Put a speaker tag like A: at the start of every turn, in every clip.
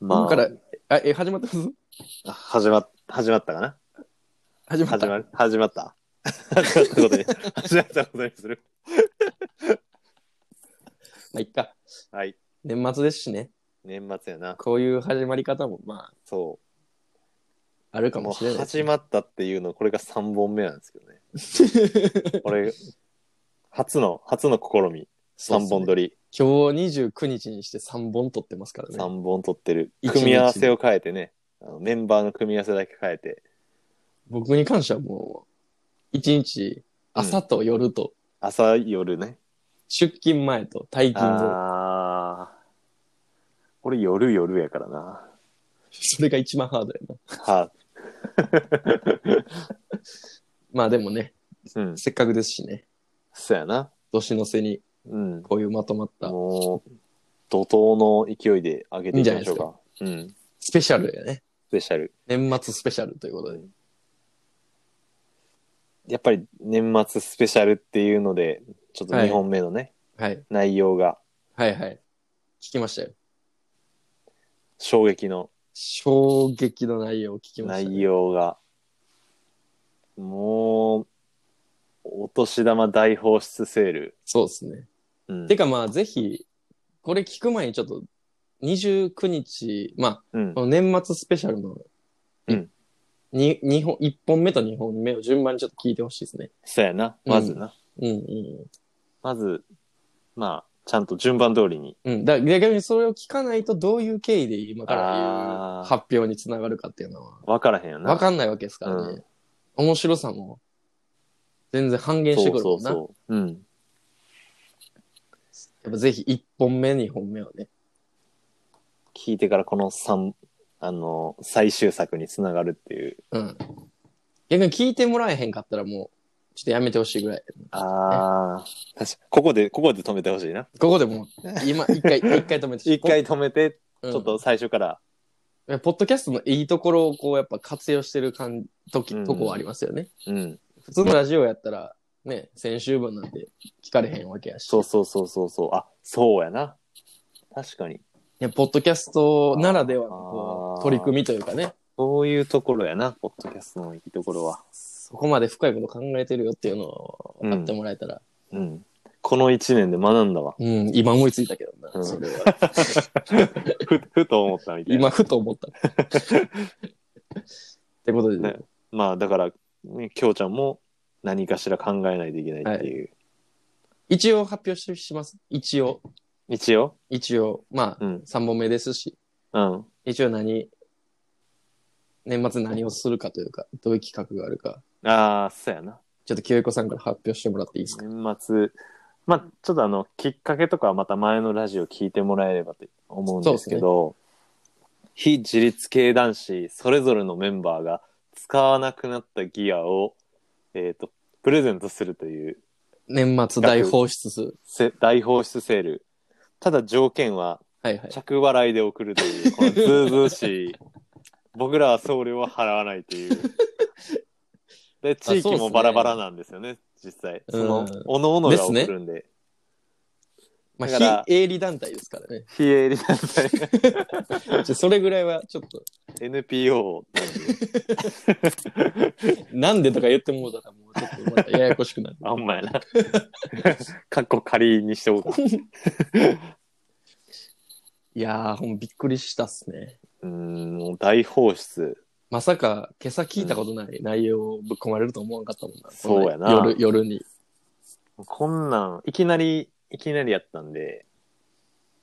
A: ま
B: 今から、あ、え、始まってます
A: あ、始ま、始まったかな
B: 始まった。
A: 始まる、始まった。始まったことに、始まったことにする。
B: まあ、いっか。
A: はい。
B: 年末ですしね。
A: 年末やな。
B: こういう始まり方も、ま
A: そ
B: あ、ある
A: う。
B: か
A: も
B: もしれ
A: う
B: ない。
A: 始まったっていうの、これが3本目なんですけどね。 これ、初の、初の試み。3本
B: り。
A: 撮り。
B: 今日29日にして3本撮ってますからね。
A: 3本撮ってる。
B: 一日
A: 組み合わせを変えてね。あのメンバーの組み合わせだけ変えて。
B: 僕に関してはもう、1日、朝と夜と、
A: 朝、夜ね。
B: 出勤前と退勤後、
A: あー。これ夜夜やからな。
B: それが一番ハードやな。
A: は
B: まあでもね、
A: い。うん。
B: せっかくですしね、
A: そうやな。
B: 年の瀬に
A: うん。
B: こういうまとまった
A: もう、怒涛の勢いで上げていきましょうか。うん。
B: スペシャルやね。
A: スペシャル。
B: 年末スペシャルということで。
A: やっぱり年末スペシャルっていうので、ちょっと
B: はい
A: 2本目のね、
B: はい。
A: 内容が
B: はいはい。聞きましたよ。
A: 衝撃の
B: 衝撃の内容を聞きました、
A: 内容が、もう、お年玉大放出セール。
B: そうですね。
A: うん。
B: てかまあぜひ、これ聞く前にちょっと、29日、ま
A: うん
B: あ、この年末スペシャルの、
A: うん
B: に二本、1本目と2本目を順番にちょっと聞いてほしいですね。
A: そうやな。まずな。
B: うんうん
A: まず、まあ、ちゃんと順番通りに。
B: うん。うん。だ逆にそれを聞かないとどういう経緯で今から言
A: あー
B: う発表につながるかっていうのは、
A: 分からへんよな。
B: わかんないわけですからね。面白さも、全然半減してく
A: そう
B: る
A: そ
B: も
A: うんそう。う
B: な。
A: ん。
B: やっぱぜひ1本目、2本目をね。
A: 聞いてからこの3、あの、最終作につながるっていう。
B: うん。逆に聞いてもらえへんかったらもう、ちょっとやめてほしいぐらい。
A: ああ、確かここで、ここで止めてほしいな。
B: ここでもう、今、一回、一回止めて。
A: 一回止めて、ち
B: うん、
A: ょっと最初から。
B: いやポッドキャストのいいところをこう、やっぱ活用してる感時、
A: うん
B: とこはありますよね。
A: うん。
B: 普通のラジオやったら、ね、先週分なんて聞かれへんわけやし。
A: そうそうそうそうそう。あ、そうやな。確かに。
B: いや、ポッドキャストならではの
A: あ
B: こう
A: ー
B: 取り組みというかね、
A: そういうところやな、ポッドキャストのいいところは。
B: そこまで深いこと考えてるよっていうのを分かってもらえたら、
A: うん。この一年で学んだわ。
B: うん、今思いついたけどな、
A: うん
B: それは。
A: ふ、 ふと思ったみたいな。
B: 今、ふ と思った。ってことで、
A: ねまあ、だから、ね、きょうちゃんも何かしら考えないといけないっていう。
B: 一応発表しします。一応。
A: 一応
B: 一応、まあ、
A: うん。
B: 3本目ですし、
A: うん。
B: 一応何、年末何をするかというか、どういう企画があるか、
A: ああ、そうやな。
B: ちょっと清彦さんから発表してもらっていいですか、
A: 年末、まあ、ちょっとあの、きっかけとかはまた前のラジオ聞いてもらえればと思うんですけど、非自立系男子、それぞれのメンバーが使わなくなったギアを、えっ、と、プレゼントするという
B: 年末大放出数。
A: せ大放出セール。ただ条件は、
B: はいはい。
A: 着払いで送るという、このズーズーし い、僕らは送料は払わないという。で、地
B: そう
A: 域
B: っすね
A: もバラバラなんですよね、実際。その
B: うん、
A: おのおのが送
B: ですね
A: るんで。
B: ま
A: だから
B: あ、非営利団体ですからね。
A: 非営利団体
B: ちょそれぐらいはちょっと、
A: NPO。
B: なんでとか言ってもうたら、もうちょっとまたややこしくなる
A: あんまやなかっこ仮にしておこうか
B: いやー、ほんびっくりしたっすね。
A: うーんもう大放出
B: まさか、今朝聞いたことない内容をぶっ込まれると思わなかったもんな。
A: そうやな
B: 夜、夜に。
A: こんなんいきなりいきなりやったんで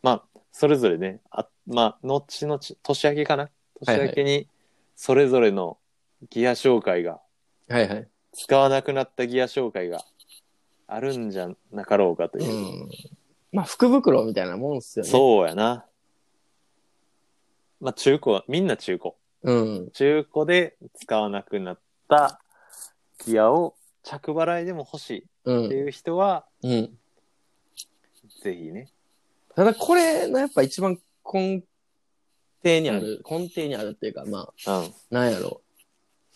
A: まあそれぞれねあまあ後々年明けかな年明けにそれぞれのギア紹介が、
B: はいはい。
A: 使わなくなったギア紹介があるんじゃなかろうかと
B: う
A: いう、
B: ん。まあ、福袋みたいなもんっすよね。
A: そうやなまあ中古はみんな中古
B: う。うん。
A: 中古で使わなくなったギアを着払いでも欲し
B: う
A: いって
B: ん。
A: いう人は、
B: うん。
A: ぜひね。
B: ただこれのやっぱ一番根底にある、根底にあるっていうか、まあ、
A: うん。
B: なんやろ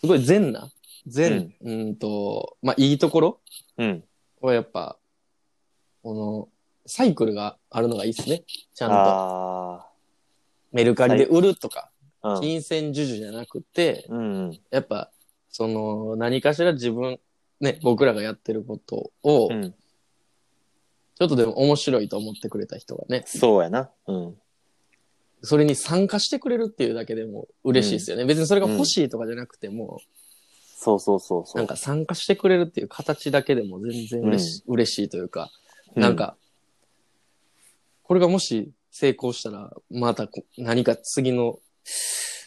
B: う。すごい善な、善、うん、と、まあいいところ
A: うん。
B: はやっぱ、この、サイクルがあるのがいいっすね。ちゃんと。
A: あ
B: メルカリで売るとか、
A: うん
B: 金銭授受じゃなくて、
A: うん
B: やっぱ、その、何かしら自分、ね、僕らがやってることを、
A: う
B: ち
A: ん
B: ょっとでも面白いと思ってくれた人がね、
A: そうやなうん
B: それに参加してくれるっていうだけでも嬉しいですよね。別にそれが欲しいとかじゃなくても、
A: そうそうそうそう
B: なんか参加してくれるっていう形だけでも全然嬉し,、嬉しいというか、なん、か、これがもし成功したら、またこ何か次の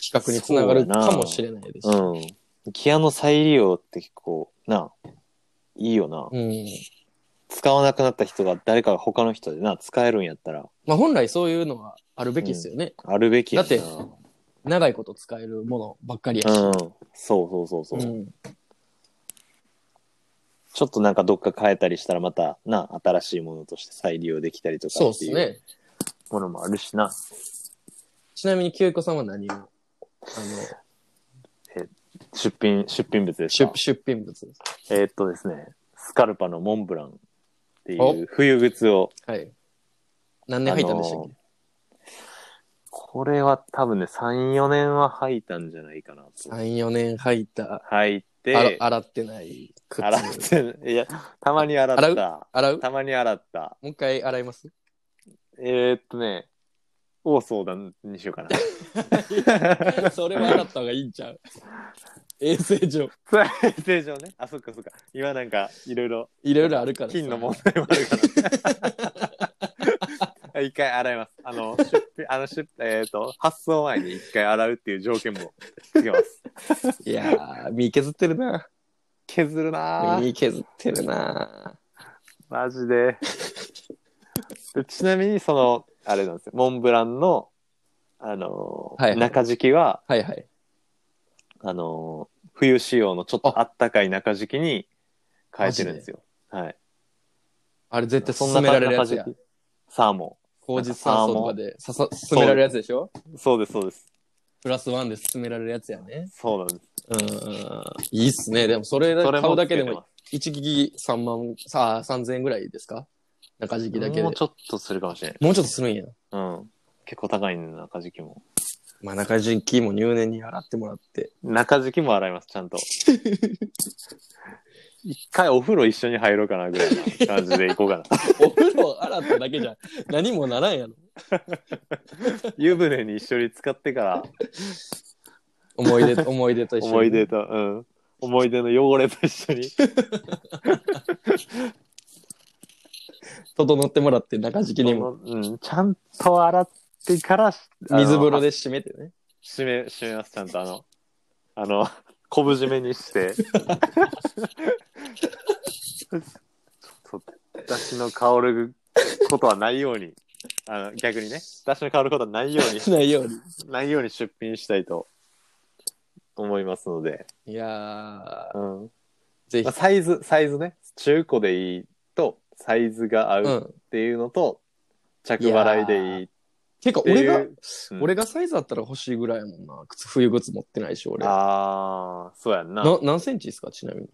B: 企画につながるかもしれないですし。
A: うんうん、ギアの再利用って結構ないいよな、
B: うん
A: 使わなくなった人が誰かが他の人でな使えるんやったら
B: まあ本来そういうのはあるべきですよね。
A: あるべきやな
B: だって長いこと使えるものばっかりやし。
A: うん、そうそうそうそう、
B: うん
A: ちょっとなんかどっか変えたりしたらまたな新しいものとして再利用できたりと
B: そ
A: か
B: うで
A: って
B: す
A: いう
B: ね。
A: ものもあるしな、
B: ちなみに清彦さんは何をあの
A: 出品出品物です
B: 出
A: か
B: 出品物です。
A: えーっとですねスカルパのモンブランっていう冬靴を
B: はい。何年入ったんでしたっけ、
A: これは多分ね34年は履いたんじゃないかなと
B: ?3、4年入った、
A: 履い
B: あら
A: て
B: 洗ってない靴。
A: 洗っていやたまに洗った
B: 洗う
A: たまに洗った
B: もう一回洗います
A: えーっとね大相談にしようか な
B: それは洗った方がいいんちゃう衛生上、
A: それは正常ねあそっかそっか今なんかいろいろ
B: いろいろあるからさ
A: 金の問題もあるから。一回洗います。あの、出費あの出費えっ、と、発送前に一回洗うっていう条件もつけます。
B: いやー、身削ってるな。
A: 削るなぁ
B: 身削ってるな。
A: マジで。でちなみに、その、あれなんですよ。モンブランの、あのー
B: はいはい
A: 中敷きは、
B: はいはい。
A: あのー冬仕様のちょっとあったかい中敷きに変えてるんですよ。はい。
B: あれ絶対勧められるやつや
A: 中。敷きサーモ
B: 口実酸素とかでささ勧められるやつでしょ
A: ン。そうです、そうです。
B: プラスワンで勧められるやつやね。
A: そうなんです。
B: うん。いいっすね。でもそれ
A: それ
B: 買うだ
A: つけて
B: けで
A: ます
B: も1ギギ3万、さあ3000円ぐらいですか中敷きだけで。
A: も
B: も
A: う
B: う
A: ちょっとするかもしれない。
B: ちょっとするんや。
A: うん。結構高いね、中敷きも。
B: まあ中敷きも入念に洗ってもらって。
A: 中敷きも洗います、ちゃ んと。一回お風呂一緒に入ろうかなぐらいな感じで行こうかな。
B: お風呂洗っただけじゃ何もならんやろ。
A: 湯船に一緒に使ってから
B: 思 い出、思い出と一緒に。
A: 思い出と、うん。思い出の汚れと一緒に。
B: 整ってもらって中敷きにも
A: うん、ちゃんと洗ってから、あの
B: 水風呂。で締めてね。
A: 締め、締めます、ちゃんとあの、あ の、昆布締めにして。ちょっと、だしの香ることはないように、あの、逆にね、だしの香ることはないよう に、
B: ないように。
A: ないように出品したいと思いますので、
B: いや
A: うん
B: ー、ぜひ
A: まあ、。サイズ、サイズね、中古でいいと、サイズが合
B: う
A: うっ
B: ん。
A: ていうのと、着払いでいい
B: てか
A: って
B: 俺
A: いう。
B: が、
A: うん
B: 俺がサイズあったら欲しいぐらいやもんな。靴、冬靴持ってないし、俺。な
A: ああ、そうやんな。
B: 何センチですか、ちなみに。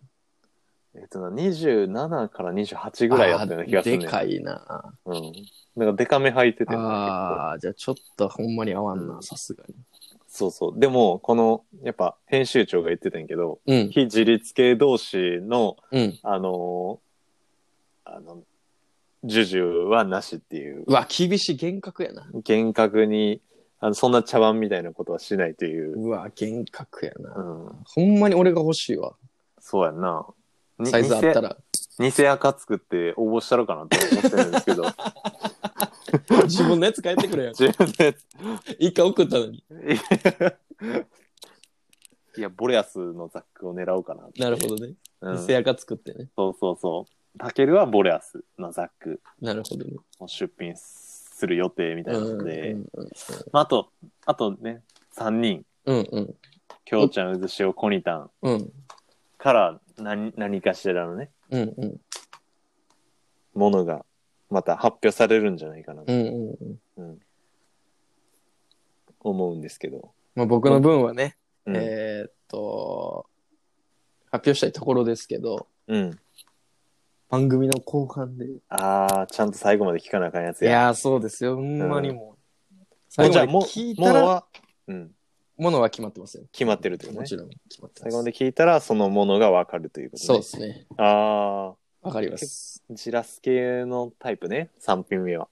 A: えっとな、27から28ぐらいやったような気がする、ね。
B: あーでか。いな。
A: うん。なんかデカめ履いてて、ね、結構
B: ああ、じゃあちょっとほんまに合わん
A: う
B: な、
A: ん
B: さすがに。
A: そうそう。でも、この、やっぱ編集長が言ってたんやけど、
B: うん、
A: 非自立系同士の、
B: うん。
A: あのーあの、ジュジュはなしっていう
B: う、わ、厳しい、厳格やな。
A: 厳格に、あのそんな茶番みたいなことはしないという、
B: うわ、厳格や
A: う
B: な。
A: ん、
B: ほんまに俺が欲しいわ。
A: そうやんな。に
B: サイズあったら。
A: 偽偽赤作って応募したろかなと思ってるんですけ ど、
B: 自分のやつ返ってくれよ。
A: 自分で
B: 一回送ったのに。
A: いや いや、ボレアスのザックを狙おうかなって。
B: なるほどね。
A: うん
B: 偽垢作ってね。
A: そうそうそう。タケルはボレアスのザック
B: なるほどね。
A: を出品する予定みたいなので、
B: うん
A: まあ、あと、あとね、3人、
B: うんうん
A: きょうちゃん、うずしお、コニタン
B: うん
A: から何何かしらのね、
B: うんうん
A: ものがまた発表されるんじゃないかな
B: う
A: と、
B: んうん。
A: うん思うんですけど。
B: まあ僕の分はね、
A: うん。
B: えーっと、発表したいところですけど、
A: うん、
B: 番組の後半で。い
A: ああ、ちゃんと最後まで聞かなあかんやつや。
B: やー、そうですよ。ほんまにも
A: もう
B: 最
A: じ
B: 後
A: ゃあ、
B: まで
A: も
B: 聞い
A: も
B: た
A: の
B: ら、
A: は、うん、
B: ものは決まってますよ。
A: 決まってるってこと
B: も
A: ね
B: ち。ろん決まってま
A: 最
B: す。
A: 後まで聞いたら、そのものがわかるということね。
B: そうですね。
A: ああ、
B: わかります。
A: ジラス系のタイプね、3品目は。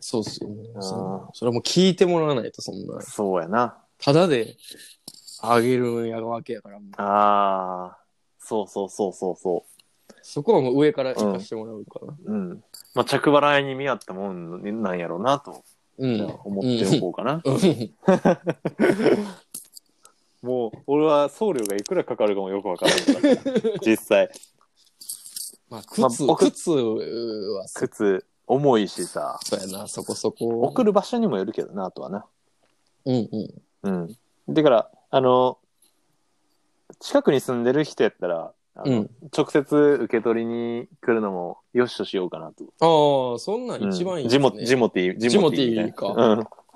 B: そうっすよ。も
A: あー
B: うそのそれはもう聞いてもらわないと、そんな。
A: そうやな。
B: ただであげるやわけやから、もう
A: ああ、そうそうそうそうそ
B: そこはもう上から行かしてもらうから。
A: う。うん。まあ、着払いに見合ったもんなんやろうなと
B: うん。
A: 思っておこうかな。
B: うん
A: もう、俺は送料がいくらかかるかもよくわからない から。実際。
B: まあ、
A: まあ
B: 靴、
A: 僕
B: 靴はそ
A: 靴、重いしさ。
B: そうやな、そこそこ。
A: 送る場所にもよるけどな、あとはな。
B: うんうん。
A: うん。だから、あの、近くに住んでる人やったら、あ
B: う
A: の
B: ん。
A: 直接受け取りに来るのもよしとしようかなと。
B: ああ、そんなん一番いい、ね
A: ジモジモティー、
B: ジモティーか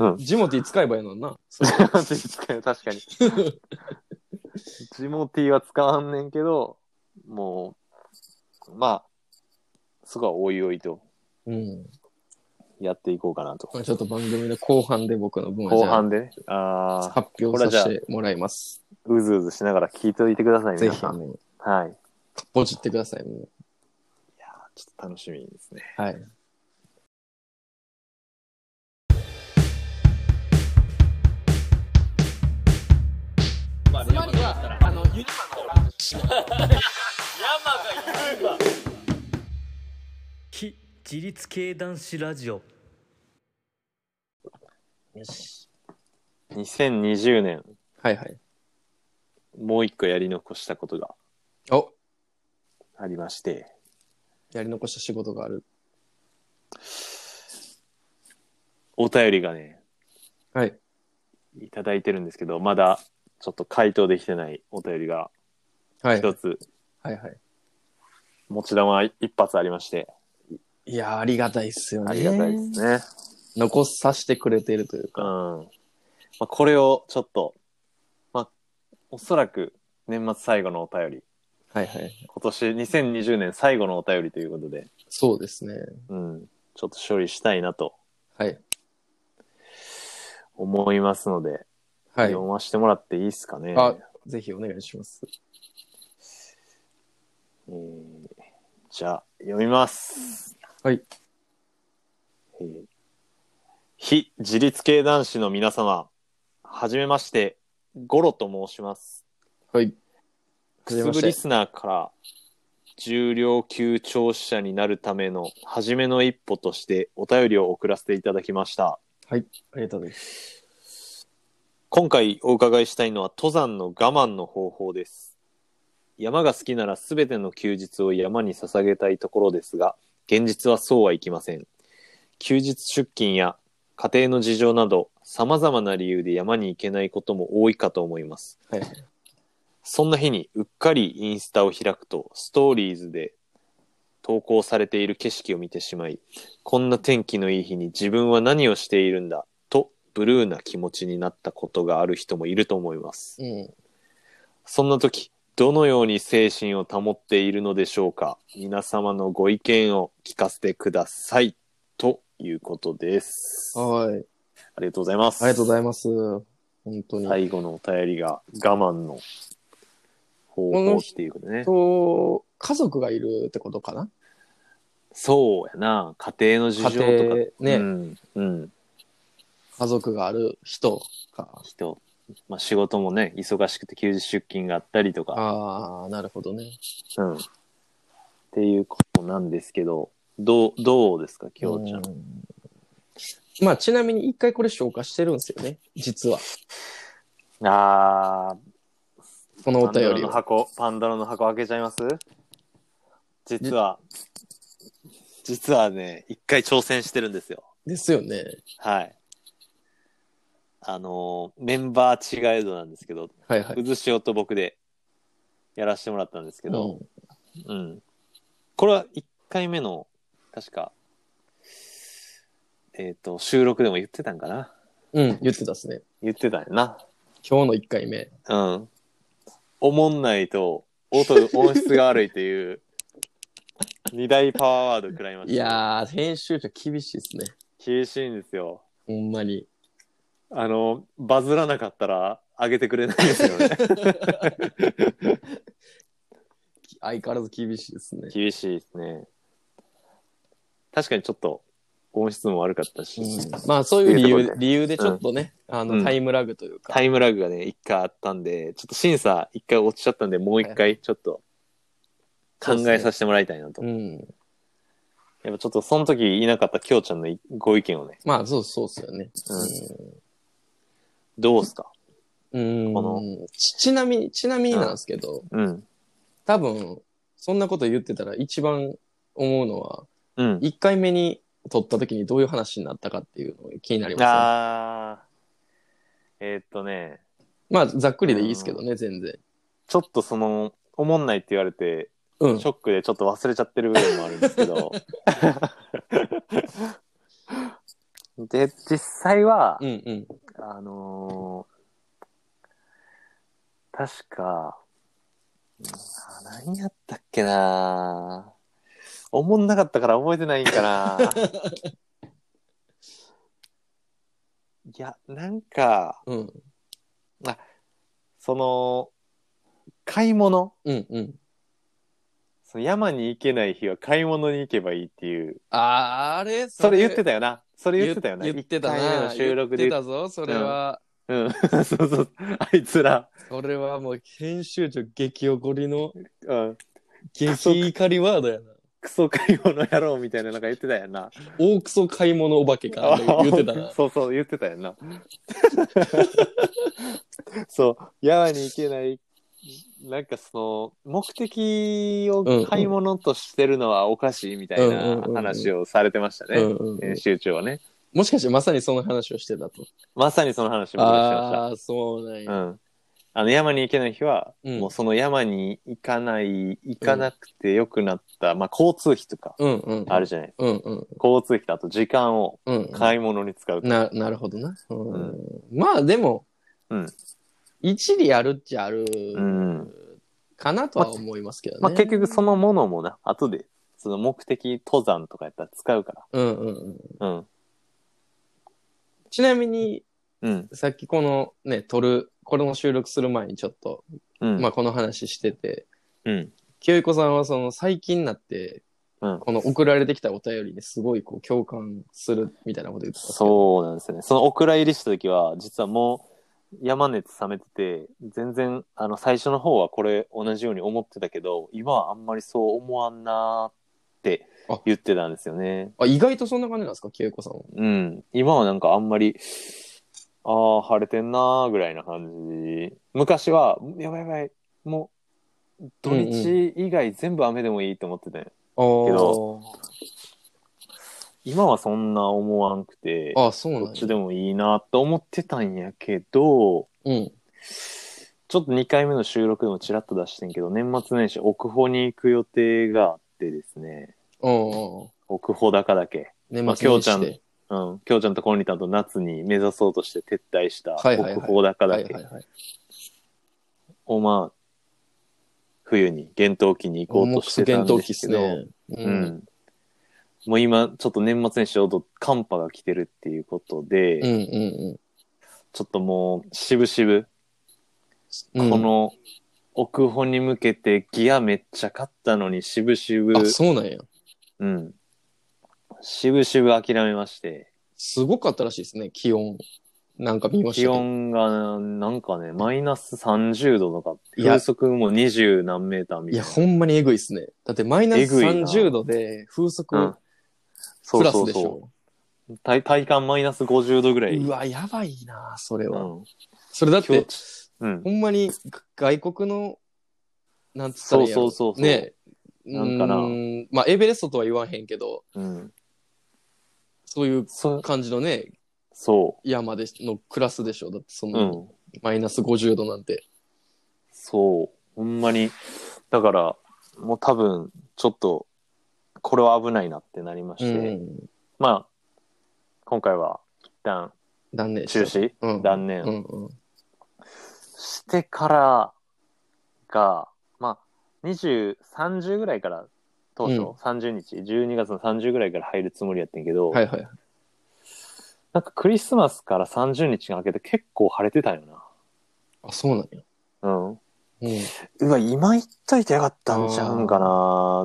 A: うん。
B: ジモティー使えばいいのにな。
A: ジモティー使う確か に。ジモティーは使わんねんけど、もう、まあ、そこはおいおいと
B: うん。
A: やっていこうかなと。
B: まあ、ちょっと番組の後半で僕の分はじ
A: 後
B: ゃ
A: 半でね、
B: あ
A: ああ、
B: 発表させてもらいます。
A: うずうずしながら聞いておいてください、
B: ぜ
A: 皆
B: ひ、
A: さん。
B: ね、
A: はい。
B: ポチってください、もう
A: いやーちょっと楽しみですね。
B: はい。
C: 非自立系男子ラジオ
A: 2020年、
B: はいはい。
A: もう一個やり残したことが
B: お
A: ありまして、
B: やり残した仕事がある。
A: お便りがね、
B: はい。
A: いただいてるんですけど、まだちょっと回答できてないお便りが
B: はい。は
A: 一つ、
B: いはい。
A: 持ち玉一発ありまして、
B: いやー、ありがたいっすよね。
A: ありがたいですね。
B: 残させてくれてるという
A: うん。
B: か。
A: まあ、これをちょっと、まあ、おそらく年末最後のお便り、
B: はいはい。
A: 今年2020年最後のお便りということで、
B: そうですね。
A: うん、ちょっと処理したいなと
B: はい。
A: 思いますので、
B: はい。
A: 読ませてもらっていいですかね。
B: あ、ぜひお願いします。
A: えーじゃあ、読みます。
B: はい。
A: えー非自立系男子の皆様、はじめまして、ゴロと申します。
B: はい。
A: くすぶリスナーから、重量級聴取者になるための初めの一歩としてお便りを送らせていただきました。
B: はい。ありがとうございます。
A: 今回お伺いしたいのは登山の我慢の方法です。山が好きなら全ての休日を山に捧げたいところですが、現実はそうはいきません。休日出勤や家庭の事情など、様々な理由で山に行けないことも多いかと思います。
B: はい。
A: そんな日にうっかりインスタを開くとストーリーズで投稿されている景色を見てしまいこんな天気のいい日に自分は何をしているんだとブルーな気持ちになったことがある人もいると思います
B: うん。
A: そんな時どのように精神を保っているのでしょうか皆様のご意見を聞かせてくださいということですあ
B: はい。
A: りがとうございます
B: ありがとうございます。本当に。
A: 最後のお便りが我慢の方法っていうことね
B: と、家族がいるってことかな
A: そうやな家庭の事情とか
B: 家庭ね
A: うん、うん、
B: 家族がある人か。
A: 人、まあ、仕事もね忙しくて休日出勤があったりとか、
B: ああ、なるほどね。
A: うん、っていうことなんですけどどうどうですかきょうちゃん、
B: うんまあ、ちなみに一回これ消化してるんですよね。実は。
A: あー
B: このお
A: パンド
B: 便
A: ラ
B: り
A: の
B: を。
A: 箱パンドラの箱開けちゃいます実は実はね一回挑戦してるんですよ
B: ですよね。
A: はいあのーメンバー違えどなんですけど。
B: はいはいう
A: ずしおと僕でやらせてもらったんですけど、
B: うん
A: うん。これは1回目の、確か、えっ、と、収録でも言ってたんかな
B: うん、言ってたっすね。
A: 言ってたんやな。
B: 今日の一回目。
A: うん。おもんないと、音、音質が悪いという、 二大パワーワード食らいました。
B: いやー、編集者厳しいっすね。
A: 厳しいんですよ。
B: ほんまに。
A: あの、バズらなかったら上げてくれないですよ ね。
B: 相変わらず厳しいですね。
A: 厳しいですね。確かにちょっと音質も悪かったし、
B: うんまあそういう理
A: っていうと
B: 由
A: こ
B: 理由でちょっとね、あ
A: う
B: の
A: ん
B: タイムラグというか、
A: タイムラグがね、一回あったんで、ちょっと審査一回落ちちゃったんで、もう一回ちょっと考えさせてもらいたいなと。
B: うん、
A: やっぱちょっとその時いなかったきょうちゃんのご意見をね、
B: まあそうそうっすよね。
A: どうすか
B: うん
A: この
B: ちちなみにちなみになんですけど、
A: うん。
B: 多分そんなこと言ってたら一番思うのは
A: うん。
B: 1回目に撮った時にどういう話になったかっていうのが気になりますね。
A: あー。えーっとね、
B: まあざっくりでいいですけどね全然。
A: ちょっとその、おもんないって言われて、
B: うん
A: シ。ョックでちょっと忘れちゃってる部分もあるんですけ ど。で、実際は
B: う、んうん。
A: あのー確か、あ何やったっけなおもんなかったから覚えてないんかな いや、なんか、
B: うん
A: その、買い物
B: うんうん。
A: その山に行けない日は買い物に行けばいいっていう。
B: あーあれ
A: それ言ってたよな。それ言ってたよな。
B: 言言ってた
A: 一回目
B: な。
A: の収録で
B: 言ってたぞそれは。
A: うん。 そうそう。あいつら。
B: それはもう編集長激怒りの
A: うん。
B: 激怒りワードやな。
A: クソ買い物やろうみたいななんか言ってたよな。
B: 大クソ買い物お化けか言ってたな。
A: そうそう、言ってたよな。 そう。山に行けない。なんかその、目的を買い物としてるのはおかしいみたいな話をされてました
B: う
A: ね。
B: んうんう
A: 編
B: ん、
A: 集長はね。
B: もしかしてまさにその話をしてたと。
A: まさにその話もしてました。
B: ああー、そうなん
A: う
B: や。
A: ん。あの山に行けない日は、
B: うん
A: もうその山に行かない、行かなくてよくなった、まあ交通費とか
B: うんうん。
A: あるじゃないですか。
B: うんうん
A: 交通費とあと時間を
B: うん。
A: 買い物に使うと。
B: ななるほどな、うん
A: うん
B: まあでも、
A: うん
B: 一理あるっちゃある
A: うん
B: かなとは思いますけどね。
A: まあ結局そのものもな、後で、その目的登山とかやったら使うか
B: うんうんうん、
A: ら。うん。
B: ちなみに、
A: うん。
B: さっきこのね、撮る、これも収録する前にちょっと、
A: うん。
B: まあこの話してて、
A: うん。
B: 清彦さんはその最近になって、
A: うん
B: この送られてきたお便りにすごいこう共感するみたいなこと言ってたんですけど。
A: そうなんですよね。そのお蔵入りした時は、実はもう山熱冷めてて、全然、あの、最初の方はこれ同じように思ってたけど、今はあんまりそう思わんなーって
B: あ
A: 言ってたんですよね。
B: あ意外とそんな感じなんですか清彦さんは。
A: うん。今はなんかあんまり、ああ、晴れてんなーぐらいな感じ。昔は、やばいやばい、もう、土日以外全部雨でもいいと思ってたよ。
B: あー
A: ど今はそんな思わんくて、
B: あ、そう
A: ど
B: な
A: っ
B: ん
A: ち
B: や。
A: でもいいなと思ってたんやけど、
B: うん。
A: ちょっと2回目の収録でもちらっと出してんけど、年末年始奥穂に行く予定があってですね、
B: うんうん。
A: 奥穂高だけ。
B: 年末
A: まあ
B: 年
A: 京ちゃ
B: 始
A: ん
B: で。
A: うん。京ちゃんとコンリタンと夏に目指そうとして撤退した
B: はいはいはい
A: 奥穂高
B: は
A: だ
B: いはい
A: け
B: はい。
A: をまあ、冬に、厳冬期に行こうとしてた
B: 元
A: ん
B: 冬
A: で
B: 期っ
A: す
B: す
A: けど、
B: ね。う。
A: うんん。もう今、ちょっと年末年始ちょうど寒波が来てるっていうことで、
B: うんうん
A: ちょっともう、しぶしぶ、
B: うん。
A: この奥穂に向けてギアめっちゃ買ったのに、しぶしぶ
B: うん、あ、そうなんや。
A: うん。しぶしぶ諦めまして、
B: すごかったらしいですね、気温。なんか見ましたけ
A: 気
B: ど。
A: 温がなんかね、マイナス30度とか、
B: いや
A: 風速も20何メーターみ
B: い
A: たい
B: や、
A: な。
B: ほんまにえぐいっすね。だってマイナス
A: えぐいな
B: 30度で風速
A: うんそ
B: プ
A: う
B: ラ
A: そ
B: ス
A: う
B: でし
A: そ
B: ょ。
A: う。体体感マイナス50度ぐらい。
B: うわ、やばいな、それ
A: う
B: は。
A: ん。
B: それだっ
A: 今
B: て、
A: うん
B: ほ。んまにが外国の、なんつったらいいんやろ
A: そうそうそうそう
B: ね
A: なんかな
B: うーんまあ、エベレストとは言わへんけど、
A: うん。
B: そういう
A: そ
B: 感じのね、
A: そ。
B: 山でのクラスでしょ。だって、そう
A: う
B: の、
A: ん。
B: マイナス50度なんて。
A: そう。ほんまに。だから、もう多分、ちょっと、これは危ないなってなりま
B: う
A: して、
B: ん。
A: まあ、今回は、一旦、
B: 断念
A: 中
B: した。
A: 止、
B: うん
A: 断念、
B: うんうん。
A: してからが、まあ、20、30ぐらいから、当初、
B: うん
A: 30日、12月の30ぐらいから入るつもりやってんけど、
B: はいはい。
A: なんかクリスマスから30日が明けて結構晴れてたよ
B: あ、そうなんや。
A: な。うん。
B: うん。
A: うわ、今言っといてよかったんちゃうんかな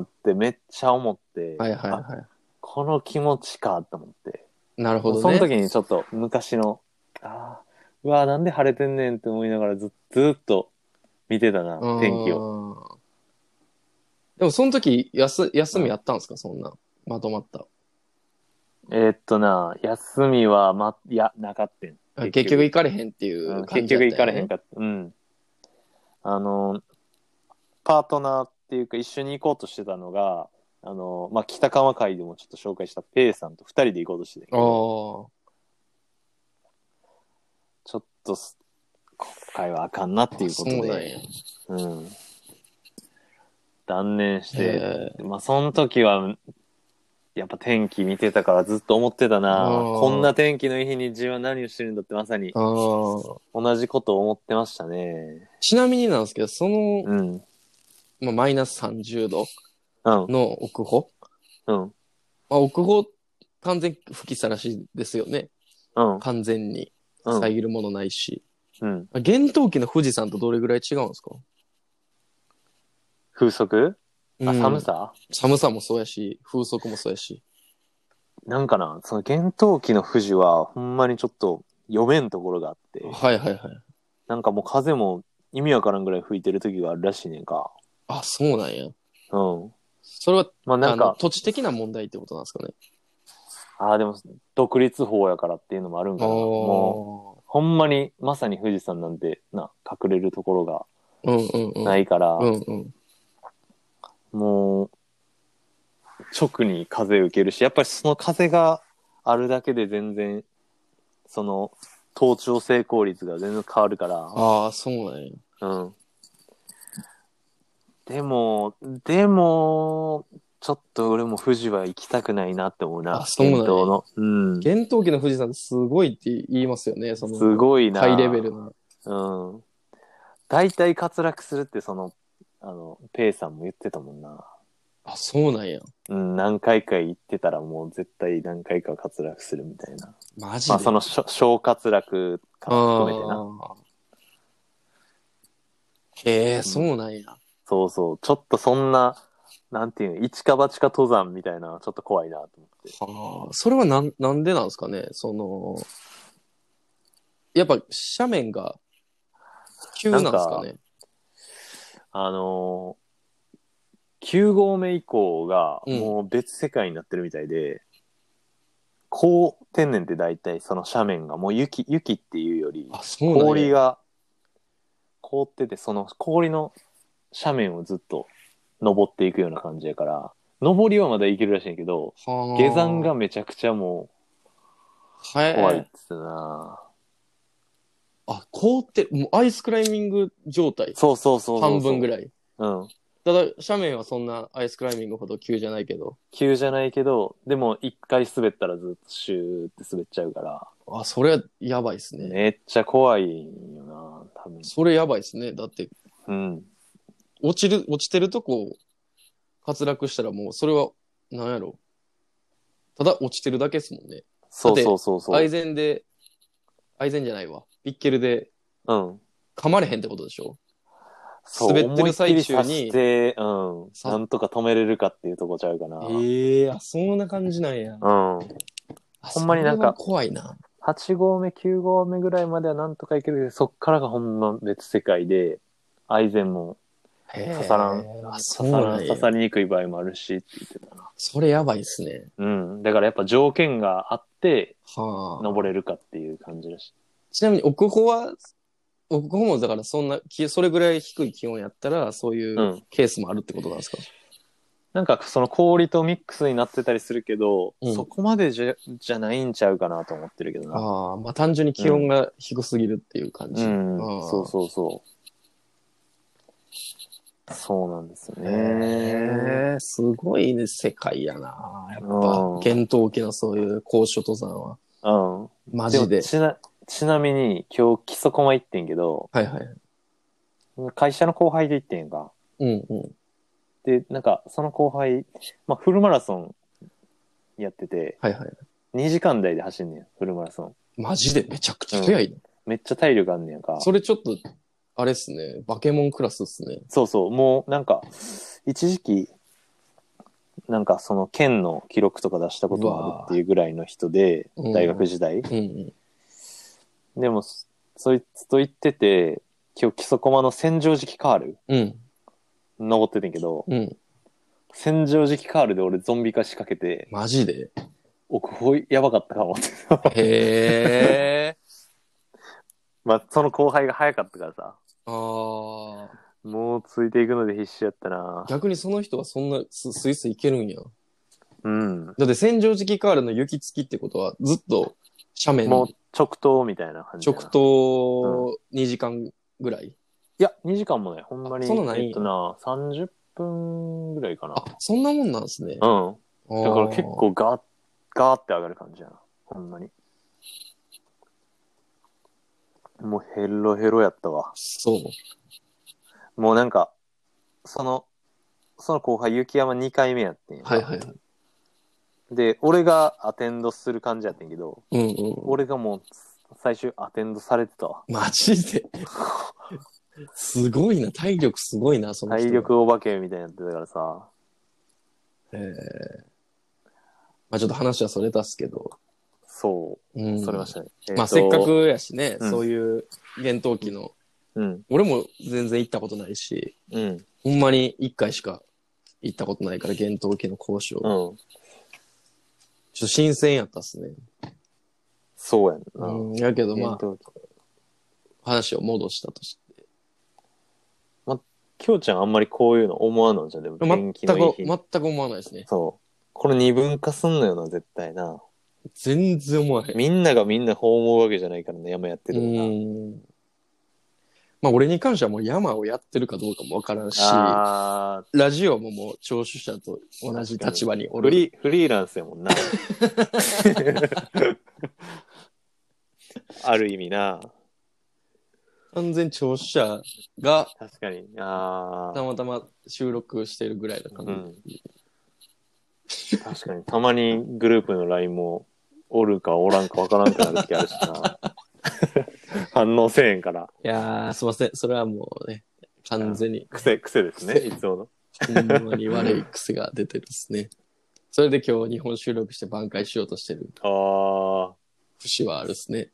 A: ーってめっちゃ思って、
B: はいはい
A: あ
B: は
A: この気持ちかと思って。
B: い。なるほどね。
A: その時にちょっと昔の、あーうわ、なんで晴れてんねんって思いながらずずーっと見てたな、天気を。
B: を。でも、その時、休、休みやったんですかそんな。まとまった。
A: えーっとな、休みは、ま、いや、なかったん。
B: あ
A: 結局
B: 結局行かれへんっていう
A: うん
B: 感
A: 結
B: じだったよ
A: 局
B: ね
A: 行かれへんかった。うん。あの、パートナーっていうか一緒に行こうとしてたのが、あの、まあ、北川会でもちょっと紹介したペイさんと二人で行こうとしてて、ちょ
B: あ
A: っとす、今回はあかんなって
B: あ。
A: いうこと
B: そうなんや
A: で、。うん。断念して、
B: へえ
A: まあ、その時は、やっぱ天気見てたからずっと思ってたな。
B: あー
A: こんな天気のいい日に自分は何をしてるんだってまさに
B: あー
A: 同じことを思ってましたね。
B: ちなみになんですけど、その、
A: うん。
B: まあ、マイナス30度
A: うん。
B: の奥穂。
A: うん。
B: まあ、奥穂、完全吹きさらしですよね。
A: うん。
B: 完全に。
A: うん。
B: 遮るものないし。
A: うん。
B: まあ厳冬期の富士山とどれぐらい違うんですか、
A: 風速あ、
B: うん
A: 寒さ
B: 寒さもそうやし、風速もそうやし。
A: なんかな、その厳冬期の富士は、ほんまにちょっと読めんところがあって、
B: はいはいはい。
A: なんかもう風も意味わからんぐらい吹いてる時があるらしいねんか。
B: あ、そうなんや。
A: うん。
B: それは、
A: まあなん
B: あの
A: か、
B: 土地的な問題ってことなんですかね。
A: ああー、でも、独立法やからっていうのもあるんかな。もう、
B: お
A: ほんまに、まさに富士山なんて、な、隠れるところが
B: ーうんうんうん。
A: ないから、
B: うんうん。
A: もう、直に風受けるし、やっぱりその風があるだけで全然、その、盗聴成功率が全然変わるから、
B: ああ、そうなんや。
A: うん。でも、でも、ちょっと俺も富士は行きたくないなって思うな。
B: あそうなんや
A: 伝統の。うん。
B: 厳冬期の富士山ってすごいって言いますよね。その、
A: すごいな。
B: ハイレベルな。
A: うん。大体滑落するって、その、あの、ペイさんも言ってたもんな。
B: あ、そうなんや。
A: うん、何回か行ってたらもう絶対何回か滑落するみたいな。
B: マジで。
A: まあそのしょ小滑落か含めてな。
B: あーへえ、そうなんや。
A: そうそう。ちょっとそんな、なんていうの、一か八か登山みたいな、ちょっと怖いなと思って。
B: はあ、それはなん、なんでなんですかねその、やっぱ斜面が急なんですかね
A: あのー、9合目以降が
B: うん
A: もう別世界になってるみたいで、高天然って大体その斜面がもう雪、雪っていうより、
B: あ、そうなんや。
A: 氷が凍ってて、その氷の斜面をずっと登っていくような感じやから、登りはまだいけるらしいんやけど、
B: はあ
A: 下山がめちゃくちゃも
B: は
A: う
B: い
A: 怖いっつうな、
B: あ、凍って、もうアイスクライミング状態。
A: そうそうそうそう。
B: 半分ぐ
A: らい。
B: らい。
A: うん。
B: ただ、斜面はそんなアイスクライミングほど急じゃないけど。
A: 急じゃないけど、でも一回滑ったらずっとシューって滑っちゃうから、
B: あ、それはやばいですね。
A: めっちゃ怖いんよな多分。
B: それやばいですね。だって、
A: うん。
B: 落ちる、落ちてるとこ、滑落したらもう、それは、なんやろ。ただ落ちてるだけですもんね。
A: そうそうそうそ
B: アイ
A: う。
B: ゼンで、アイゼンじゃないわ。ピッケルで
A: うん。
B: 噛まれへんってことでしょ
A: そう
B: 滑ってる最中に
A: 思いっきり刺して、うん。
B: さ
A: なんとか止めれるかっていうとこちゃうかな。
B: ええあ、そんな感じなんや。
A: うん。ほんまになんか
B: それは怖いな。
A: 8合目、9合目ぐらいまではなんとかいけるけど、そっからがほんま別世界で、アイゼンも
B: 刺
A: 刺さらん、
B: あ、そ
A: 刺
B: う
A: さら
B: なん
A: ん
B: や
A: 刺。さりにくい場合もあるしって言ってたな。
B: それやばいっすね。
A: うん。だからやっぱ条件があって、
B: はあ。
A: 登れるかっていう感じだしい。。
B: ちなみに、奥穂は、奥穂もだからそんな、きそれぐらい低い気温やったら、そういううんケースもあるってことなんですか、
A: なんかその氷とミックスになってたりするけど、
B: うん
A: そこまでじゃじゃないんちゃうかなと思ってるけどな。
B: ああ、まあ単純に気温が低すぎるっていう感じ。
A: うん
B: あー。
A: そうそうそう。そうなんですよね。
B: へえ、すごいね、世界やな。やっ
A: う
B: ぱ
A: ん、
B: 厳冬期のそういう高所登山は。
A: うん。
B: マ
A: でも
B: ジで。
A: ちな、ちなみに、今日、基礎コマ行ってんけど、
B: はいはい。
A: 会社の後輩で行ってんやんか。
B: うんうん。
A: で、なんか、その後輩、まあ、フルマラソンやってて、
B: はいはい。
A: 2時間台で走んねん、フルマラソン。
B: マジでめちゃくちゃ速いね、
A: めっちゃ体力あんねやんか。
B: それちょっと、あれっすね。バケモンクラスっすね。
A: そうそう、もうなんか、一時期、なんかその県の記録とか出したことがあるっていうぐらいの人で、
B: うわ
A: 大学時代。
B: うんうん。
A: でも、そそいつと行ってて、今日基礎駒の洗浄時期カール
B: うん。
A: 登っててんけど、
B: うん。
A: 洗浄時期カールで俺ゾンビ化しかけて、
B: マジで
A: 奥ほいやばかったかもって。
B: へえ。
A: まあ、その後輩が早かったからさ、
B: ああ。
A: もうついていくので必死やったな
B: 逆にその人はそんなススイスいけるんや。
A: うん。
B: だって洗浄時期カールの雪付きってことはずっと斜面
A: もう直投みたいな感じや
B: 直
A: な。
B: 投2時間ぐらい。
A: いや、2時間もね、ほんまに。
B: あそんなないんや
A: えっとな、30分ぐらいか
B: あ、そんなもんなんですね。
A: な。うん。だから
B: あー
A: 結。構ガー、ガーって上がる感じやな。ほんまに。もうヘロヘロやったわ。
B: そう。
A: もうなんか、その、その後輩、雪山2回目やってんやんか
B: はいはいはい。
A: で、俺がアテンドする感じやってんけど、
B: うんうん。
A: 俺がもう最終アテンドされてたわ。
B: マジで。すごいな、体力すごいな、その人。
A: 体。力お化けみたいになってたからさ。
B: えーまあちょっと話はそれたっすけど。
A: そうう、
B: ん。
A: それましたね。
B: まあ
A: えー
B: せっ
A: と
B: か。くやしね、
A: うん
B: そういう厳冬期の、
A: うん。
B: 俺も全然行ったことないし、
A: うん。
B: ほんまに1回しか行ったことないから、厳冬期の交渉。
A: うん。
B: ちょっと新鮮やったっすね。
A: そうやんな。
B: うん。やけど
A: え
B: ま
A: ーと
B: あ、話を戻したとして。
A: きょうちゃんあんまりこういうの思わんのじゃん、でも
B: 全
A: 天
B: く、
A: 気のいい日。
B: 全く思わないですね。
A: そう。これ二分化すんのよな、絶対な。
B: 全然思わへん。
A: みんながみんなこう思うわけじゃないからね、山やって
B: う
A: るのが。
B: ん。まあ、俺に関してはもう山をやってるかどうかもわからんし、
A: あー
B: ラジオももう聴取者と同じ立場にお
A: フ
B: る。
A: リー、フリーランスや もんな。 ある意味な。
B: 完全聴取者が
A: 確かに。あ
B: た
A: あ。
B: またま収録してるぐらいだから、
A: うん確かに。たまにグループの LINE も、おるかおらんかわからんくなる時あるし な。反応せえへんから。
B: いやー、すいません。それはもうね、完全に、
A: 癖、癖ですね、
B: 癖
A: いつもの。
B: ほんまに悪い癖が出てるですね。それで今日日本収録して挽回しようとしてる
A: ああ。
B: 節はあるで すね。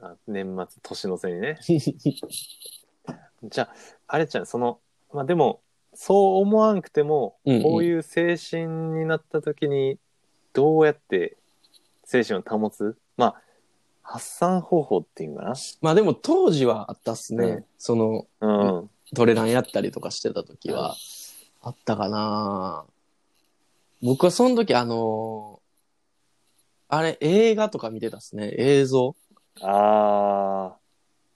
A: あ年末年の瀬にねじゃああれちゃんそのまあでもそう思わんくても、
B: うんうん
A: こういう精神になった時にどうやって精神を保つまあ発散方法っていうのか
B: まあでも当時はあったっすね。
A: うん
B: その、
A: なうん、
B: トレランやったりとかしてた時は、あったかな僕はその時あのーあれ映画とか見てたっすね。映像。
A: あ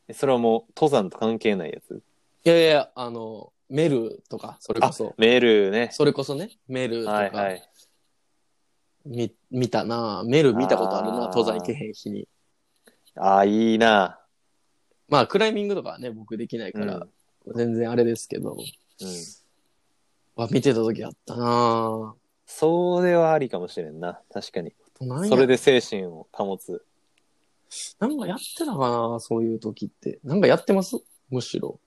A: あそれはもう登山と関係ないやつ
B: いやいや、あの、メルとか、それこそ。
A: メールね
B: それこそね、メルとか、
A: はいはい
B: み見たなメル見たことあるな
A: あー
B: 登山行けへん日に。
A: ああいいな
B: まあ、クライミングとかはね、僕できないから、全然あれですけど、
A: うん、うん、
B: は見てた時あったな
A: それはありかもしれんな確かに
B: なんや
A: それで精神を保つ
B: なんかやってたかなそういう時って。なんかやってますむしろ。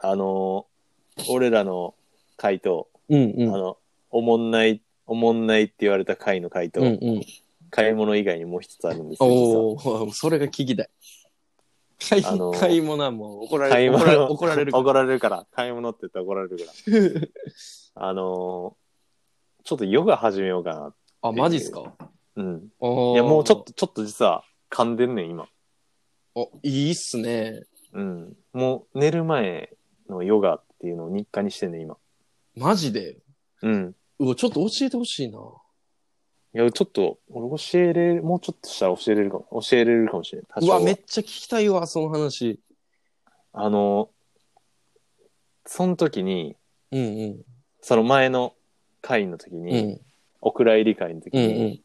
A: あのー俺らの回答、
B: うんう
A: あの、おもんない、おもんないって言われた回の回答、
B: うんうん。
A: 買い物以外にもう一つあるんですけど
B: おお、それが聞きたい。買い,、
A: あのー
B: 買い物はもう怒ら
A: さ、
B: れ
A: 買い
B: る。怒
A: 物
B: られ怒られるから。
A: 怒られるから、買い物って言ったら怒られるから。あのーちょっとヨガ始めようかな。
B: あ、マジっすか
A: うん。い
B: おー
A: や、もうちょっと、。ちょっと実は噛んでんねん、今。
B: お、いいっすね。
A: うん。もう寝る前のヨガっていうのを日課にしてんねん、今。
B: マジで。
A: うん。
B: うわ、ちょっと教えてほしいな。
A: いや、ちょっと、俺教えれる、もうちょっとしたら教えれるかも、教えれるかもしれない。多
B: う
A: 少は
B: わ、めっちゃ聞きたいわ、その話。
A: あの、その時に、
B: うんうん。
A: その前の会の時
B: う
A: に、
B: ん。
A: お蔵入り会の時
B: うん
A: に、
B: うん。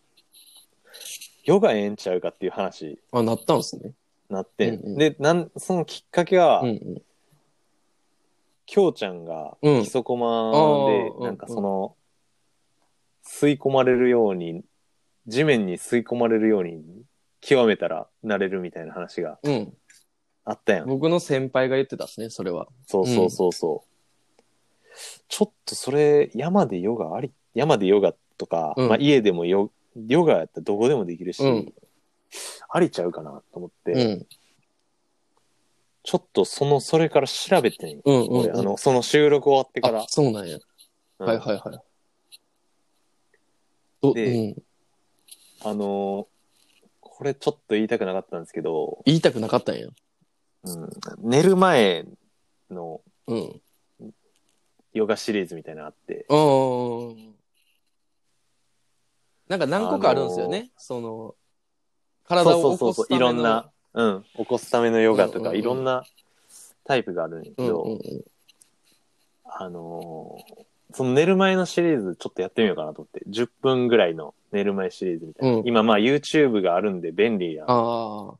A: ヨガええんちゃうかっていう話
B: あ、なったんすね。
A: なってん、
B: うんうん
A: でなん、そのきっかけは、
B: うんうん。
A: きょうちゃんが、
B: うん
A: 基礎コマ
B: あ
A: で
B: ー、うん
A: なんかその、吸い込まれるように地面に吸い込まれるように極めたらなれるみたいな話が
B: うん。
A: あったやん。
B: 僕の先輩が言ってたっすね、それは。
A: そうそうそうそう。ちょっとそれ、山でヨガあり、山でヨガとか、
B: うん
A: まあ家でもヨヨガやったらどこでもできるし、
B: うん
A: ありちゃうかなと思って、
B: うん。
A: ちょっとその、それから調べてんよ
B: うんうん
A: 俺
B: うん
A: あの、その収録終わってから
B: あ、。そうなんや。
A: うん
B: はいはいはい。どう
A: で
B: ん、
A: あのーこれちょっと言いたくなかったんですけど、
B: 言いたくなかったんや。
A: うん、寝る前の
B: うん。
A: ヨガシリーズみたいなのあって、
B: うん。なんか何個かあるんですよね。
A: あ
B: その、体を起こすための
A: そうそうそうそういろんな。うん、起こすためのヨガとか、
B: うんうんうん
A: いろんなタイプがあるんや
B: う
A: け
B: んう
A: ど、
B: んうん。
A: あのーその寝る前のシリーズちょっとやってみようかなと思って、10分ぐらいの寝る前シリーズみたいな。
B: うん
A: 今まあ YouTube があるんで便利や、
B: あ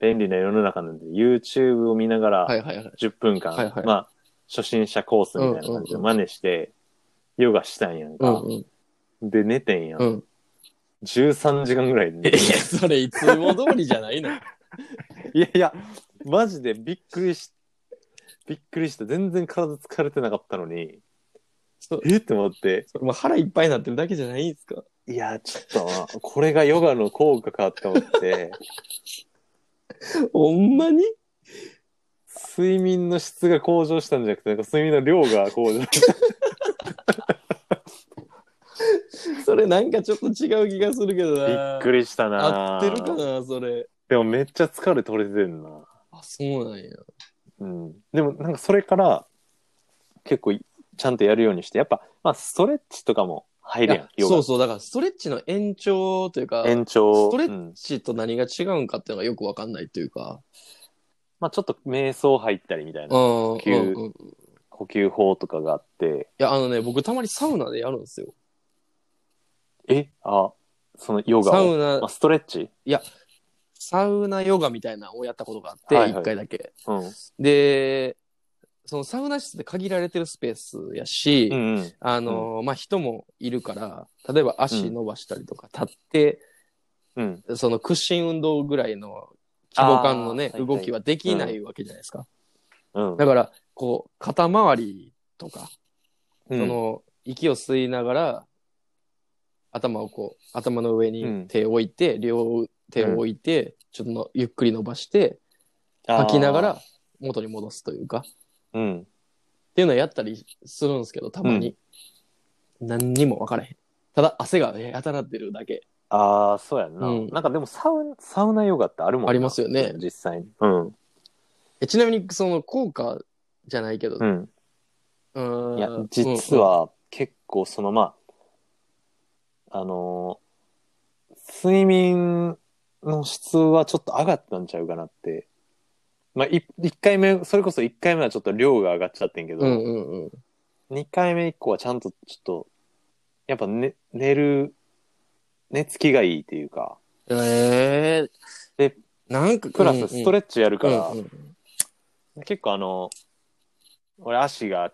A: 便利な世の中なんで、YouTube を見なが
B: あ。は
A: ら
B: いはいはい。
A: 10分間、
B: はいはい
A: まあ、初心者コースみたいな感じで真似して、ヨガしたんやん
B: う
A: か。
B: んうん。
A: で、寝てんやん。
B: うん。
A: 13時間ぐらい寝
B: え、
A: て
B: それいつも通りじゃないの
A: いやいや、マジでびっくりし、びっくりした。全然体疲れてなかったのに、
B: そう
A: えって思って、
B: それもう腹いっぱいになってるだけじゃないんですか
A: いや、ちょっと、これがヨガの効果かって思って、
B: ほんまに
A: 睡眠の質が向上したんじゃなくて、なんか睡眠の量が向上した。
B: それなんかちょっと違う気がするけど
A: び
B: な。
A: っくりしたな
B: 合ってるかな、それ。
A: でもめっちゃ疲れ取れてんな。
B: あ、そうなんや。
A: うん。でもなんかそれから、結構いちゃんとやるようにして、やっぱ、まあストレッチとかも入るやん、
B: いや
A: ヨガ
B: そうそう、だからストレッチの延長というか、
A: 延長。
B: ストレ
A: う
B: ッ
A: ん
B: チと何が違うんかっていうのがよくわかんないというか、
A: まあちょっと瞑想入ったりみたいな、
B: うん、うん、
A: 球
B: うん。い
A: 呼吸法とかがあって、
B: や、あのね、僕たまにサウナでやるんですよ。
A: えあ、そのヨガを。
B: サウナ
A: まあ、、ストレッチ
B: サウナヨガみたいなのをやったことがあって、一、
A: はいはい
B: 回だけ。
A: うん。
B: で、そのサウナ室で限られてるスペースやし、
A: うんうん。
B: あのーまあ、人もいるから、例えば足伸ばしたりとか、立って、
A: うん。
B: その屈伸運動ぐらいの規模感のね、
A: あーはいはい
B: 動きはできないわけじゃないですか。
A: うん。
B: だから、こう、肩周りとか、
A: うん
B: その、息を吸いながら、頭をこう、頭の上
A: うん
B: に手を置いて、両手を置いて、ちょっとのゆっくり伸ばして、吐きなが、
A: あ
B: ら元に戻すというか、っ
A: ーうん。
B: ていうのをやったりするんですけど、たまに。何にも分からへん。ただ、汗がやたら出るだけ。
A: ああ、そうやんな。
B: うん
A: なんかでもサウナ、サウナヨガってあるもんな
B: ありますよね
A: 実際に。うん。
B: えちなみに、その、効果じゃないけど、う
A: うん。
B: ーん
A: いや、実、は結構そのまあ、あのー睡眠の質はちょっと上がったんちゃうかなって。まあ、い一回目、それこそ一回目はちょっと量が上がっちゃってんけど、
B: うんうんうんうん。
A: 2回目以降はちゃんとちょっと、やっぱ寝、寝る、寝つきがいいっていうか、
B: ええ
A: で、
B: なんか、
A: プラスストレ
B: ッ
A: ッチやるから、
B: うんうん
A: 結構あの、俺足が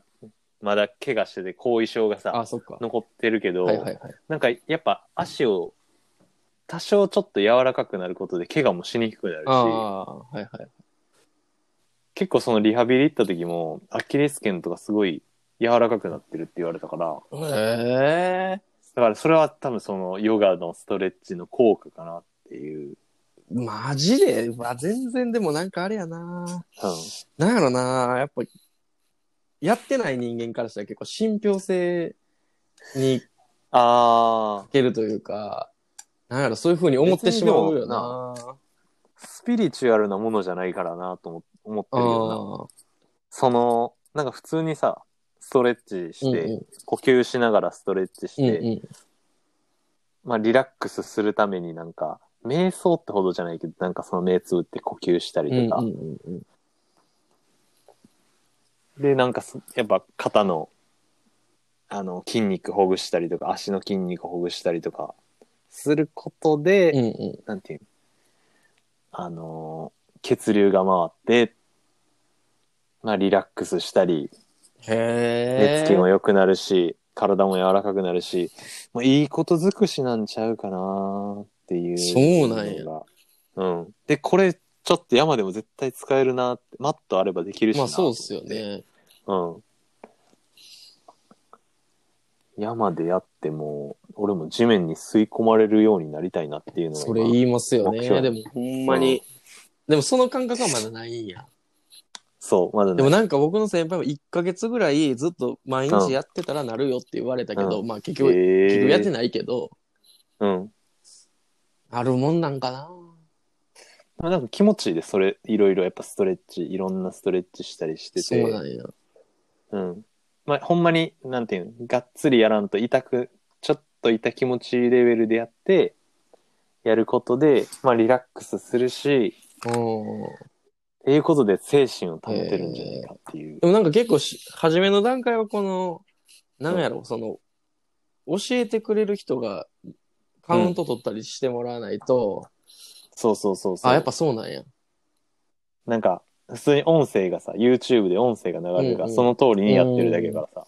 A: まだ怪我してて後遺症がさ、
B: あ、そっか。
A: 残ってるけど、
B: はいはいはい。
A: なんかやっぱ足を多少ちょっと柔らかくなることで怪我もしにくくなる
B: あ
A: し、
B: あ、はいはい。
A: 結構そのリハビリ行った時もアキレス腱とかすごい柔らかくなってるって言われたから、
B: へえ
A: だからそれは多分そのヨガのストレッチの効果かなっていう。
B: マジで、まあ、全然でもなんかあれやな。
A: うん
B: なんやろな、やっぱ、やってない人間からしたら結構信憑性にか
A: ああ、
B: けるというか、なんやろ、そういうふうに思ってしまうよな。
A: スピリチュアルなものじゃないからなと思思って
B: あ
A: るけどな。
B: あ、
A: その、なんか普通にさ、ストレッチ
B: う
A: し
B: ん
A: て、
B: う
A: 呼吸しながらストレッチし
B: ん。うん
A: て、
B: うん
A: まあリラックスするためになんか、瞑想ってほどじゃないけど、なんかその目つぶって呼吸したり
B: うんうん
A: とか、
B: うん
A: で、なんかすやっぱ肩の、あの、筋肉ほぐしたりとか、足の筋肉ほぐしたりとか、することで、
B: うんうん。
A: なんていうのあのー血流が回って、まあリラックスしたり、
B: へえ。
A: 寝つきも良くなるし、体も柔らかくなるし、まあ、いいこと尽くしなんちゃうかなっていう
B: そうなんや
A: のがうん。で、これ、ちょっと山でも絶対使えるなって、マットあればできるしな。
B: まあそうっすよ。ね。
A: うん。山でやっても、俺も地面に吸い込まれるようになりたいなっていうのが
B: それ言いますよ
A: 目
B: ね。
A: 標
B: でもほんまに。でもその感覚はまだないんや。
A: そう、まだ
B: でも
A: ね。
B: なんか僕の先輩も1ヶ月ぐらいずっと毎日やってたらなるよって言われたけど、
A: う
B: まあ結
A: え
B: 局、結局やって
A: い。
B: ないけど、
A: うん。
B: あるもんなんかな。
A: まあなんか気持ちいいで、それ、いろいろやっぱストレッチ、いろんなストレッチしたりしてて。
B: そうなんや。
A: うん。まあ、ほんまに、なんていうの、がっつりやらんと痛く、ちょっと痛気持ちいいレベルでやって、やることで、まあ、リラックスするし、
B: うん。
A: っていうことで精神を保てるんじゃないかっていう。
B: でもなんか結構し、初めの段階はこの、なんやろ、その、教えてくれる人がカウント取ったりしてもらわないと、
A: そうそうそうそう。
B: あ、やっぱそうなんや。
A: なんか、普通に音声がさ、YouTube で音声が流れるから、
B: うんうん
A: その通りにやってるだけだからさ。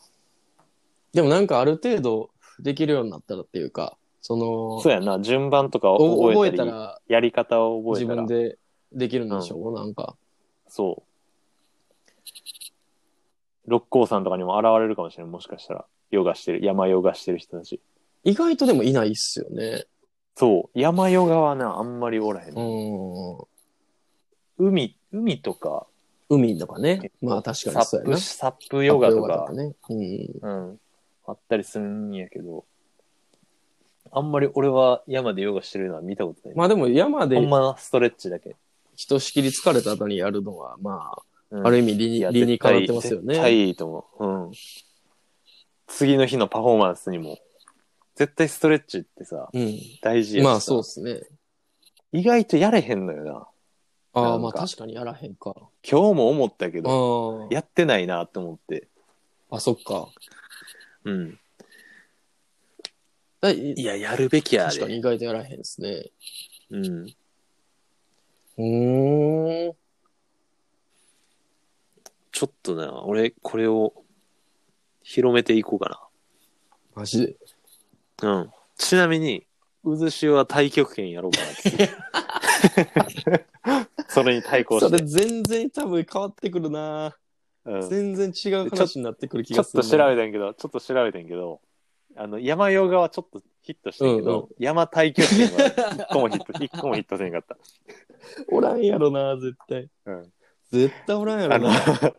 B: でもなんかある程度できるようになったらっていうか、その、
A: そうやな、順番とかを
B: お
A: 覚
B: 覚
A: え
B: え
A: た
B: た
A: り、
B: ら
A: やり方を覚
B: 自
A: えたら
B: 分、でできるんでしょう、なんか。
A: そう。六甲山とかにも現れるかもしれない、もしかしたら。ヨガしてる、山ヨガしてる人たち。
B: 意外とでもいないっすよね。
A: そう、山ヨガはな、あんまりおらへん。
B: うん。
A: 海、海とか、
B: 海とかね。まあ確かに
A: サ
B: そう
A: ッ
B: やな
A: プ、。サップヨガと
B: サ
A: か
B: ップ、ね。うん。
A: うん、あったりするんやけど、あんまり俺は山でヨガしてるのは見たことない。
B: まあでも山で
A: ほんまストレッチだけ。
B: ひとしきり疲れた後にやるのは、まあ、
A: うん
B: ある意味理
A: い
B: に
A: や
B: 理に
A: 絶
B: か
A: 対
B: なってますよね。
A: 絶対いいと思う。うん。次の日のパフォーマンスにも。絶対ストレッチってさ、
B: う
A: 大事やしさ
B: ん。まあそうですね。
A: 意外とやれへんのよな。
B: あ
A: な
B: あ、
A: んか
B: まあ確かにやらへんか。
A: 今日も思ったけ
B: あ
A: ど、やってないなって思って。
B: あ。あ、そっか。
A: うん。
B: だ
A: い
B: い
A: や、やるべきや
B: 確かに
A: で。
B: 意外とやらへんですね。
A: うん。
B: うーん。
A: ちょっとな、俺、これを広めていこうか
B: マジで。
A: な。うん。ちなみに、渦潮は太極拳やろうかな って。それに対抗
B: そ
A: して
B: れ。全然多分変わってくるな、
A: うん
B: 全然違う話になってくる
A: ち
B: 気
A: ょ
B: が
A: っ
B: する
A: と
B: な。
A: 調べたんやけど、ちょっと調べたんやけど、あの、山用側はちょっとヒットしたんやけど、
B: うん
A: 山対極拳は一個もヒット、一 個もヒットせんかった。
B: おらんやろな絶対。
A: うん。
B: 絶対おらんや
A: あ
B: ろ
A: の、
B: な
A: だか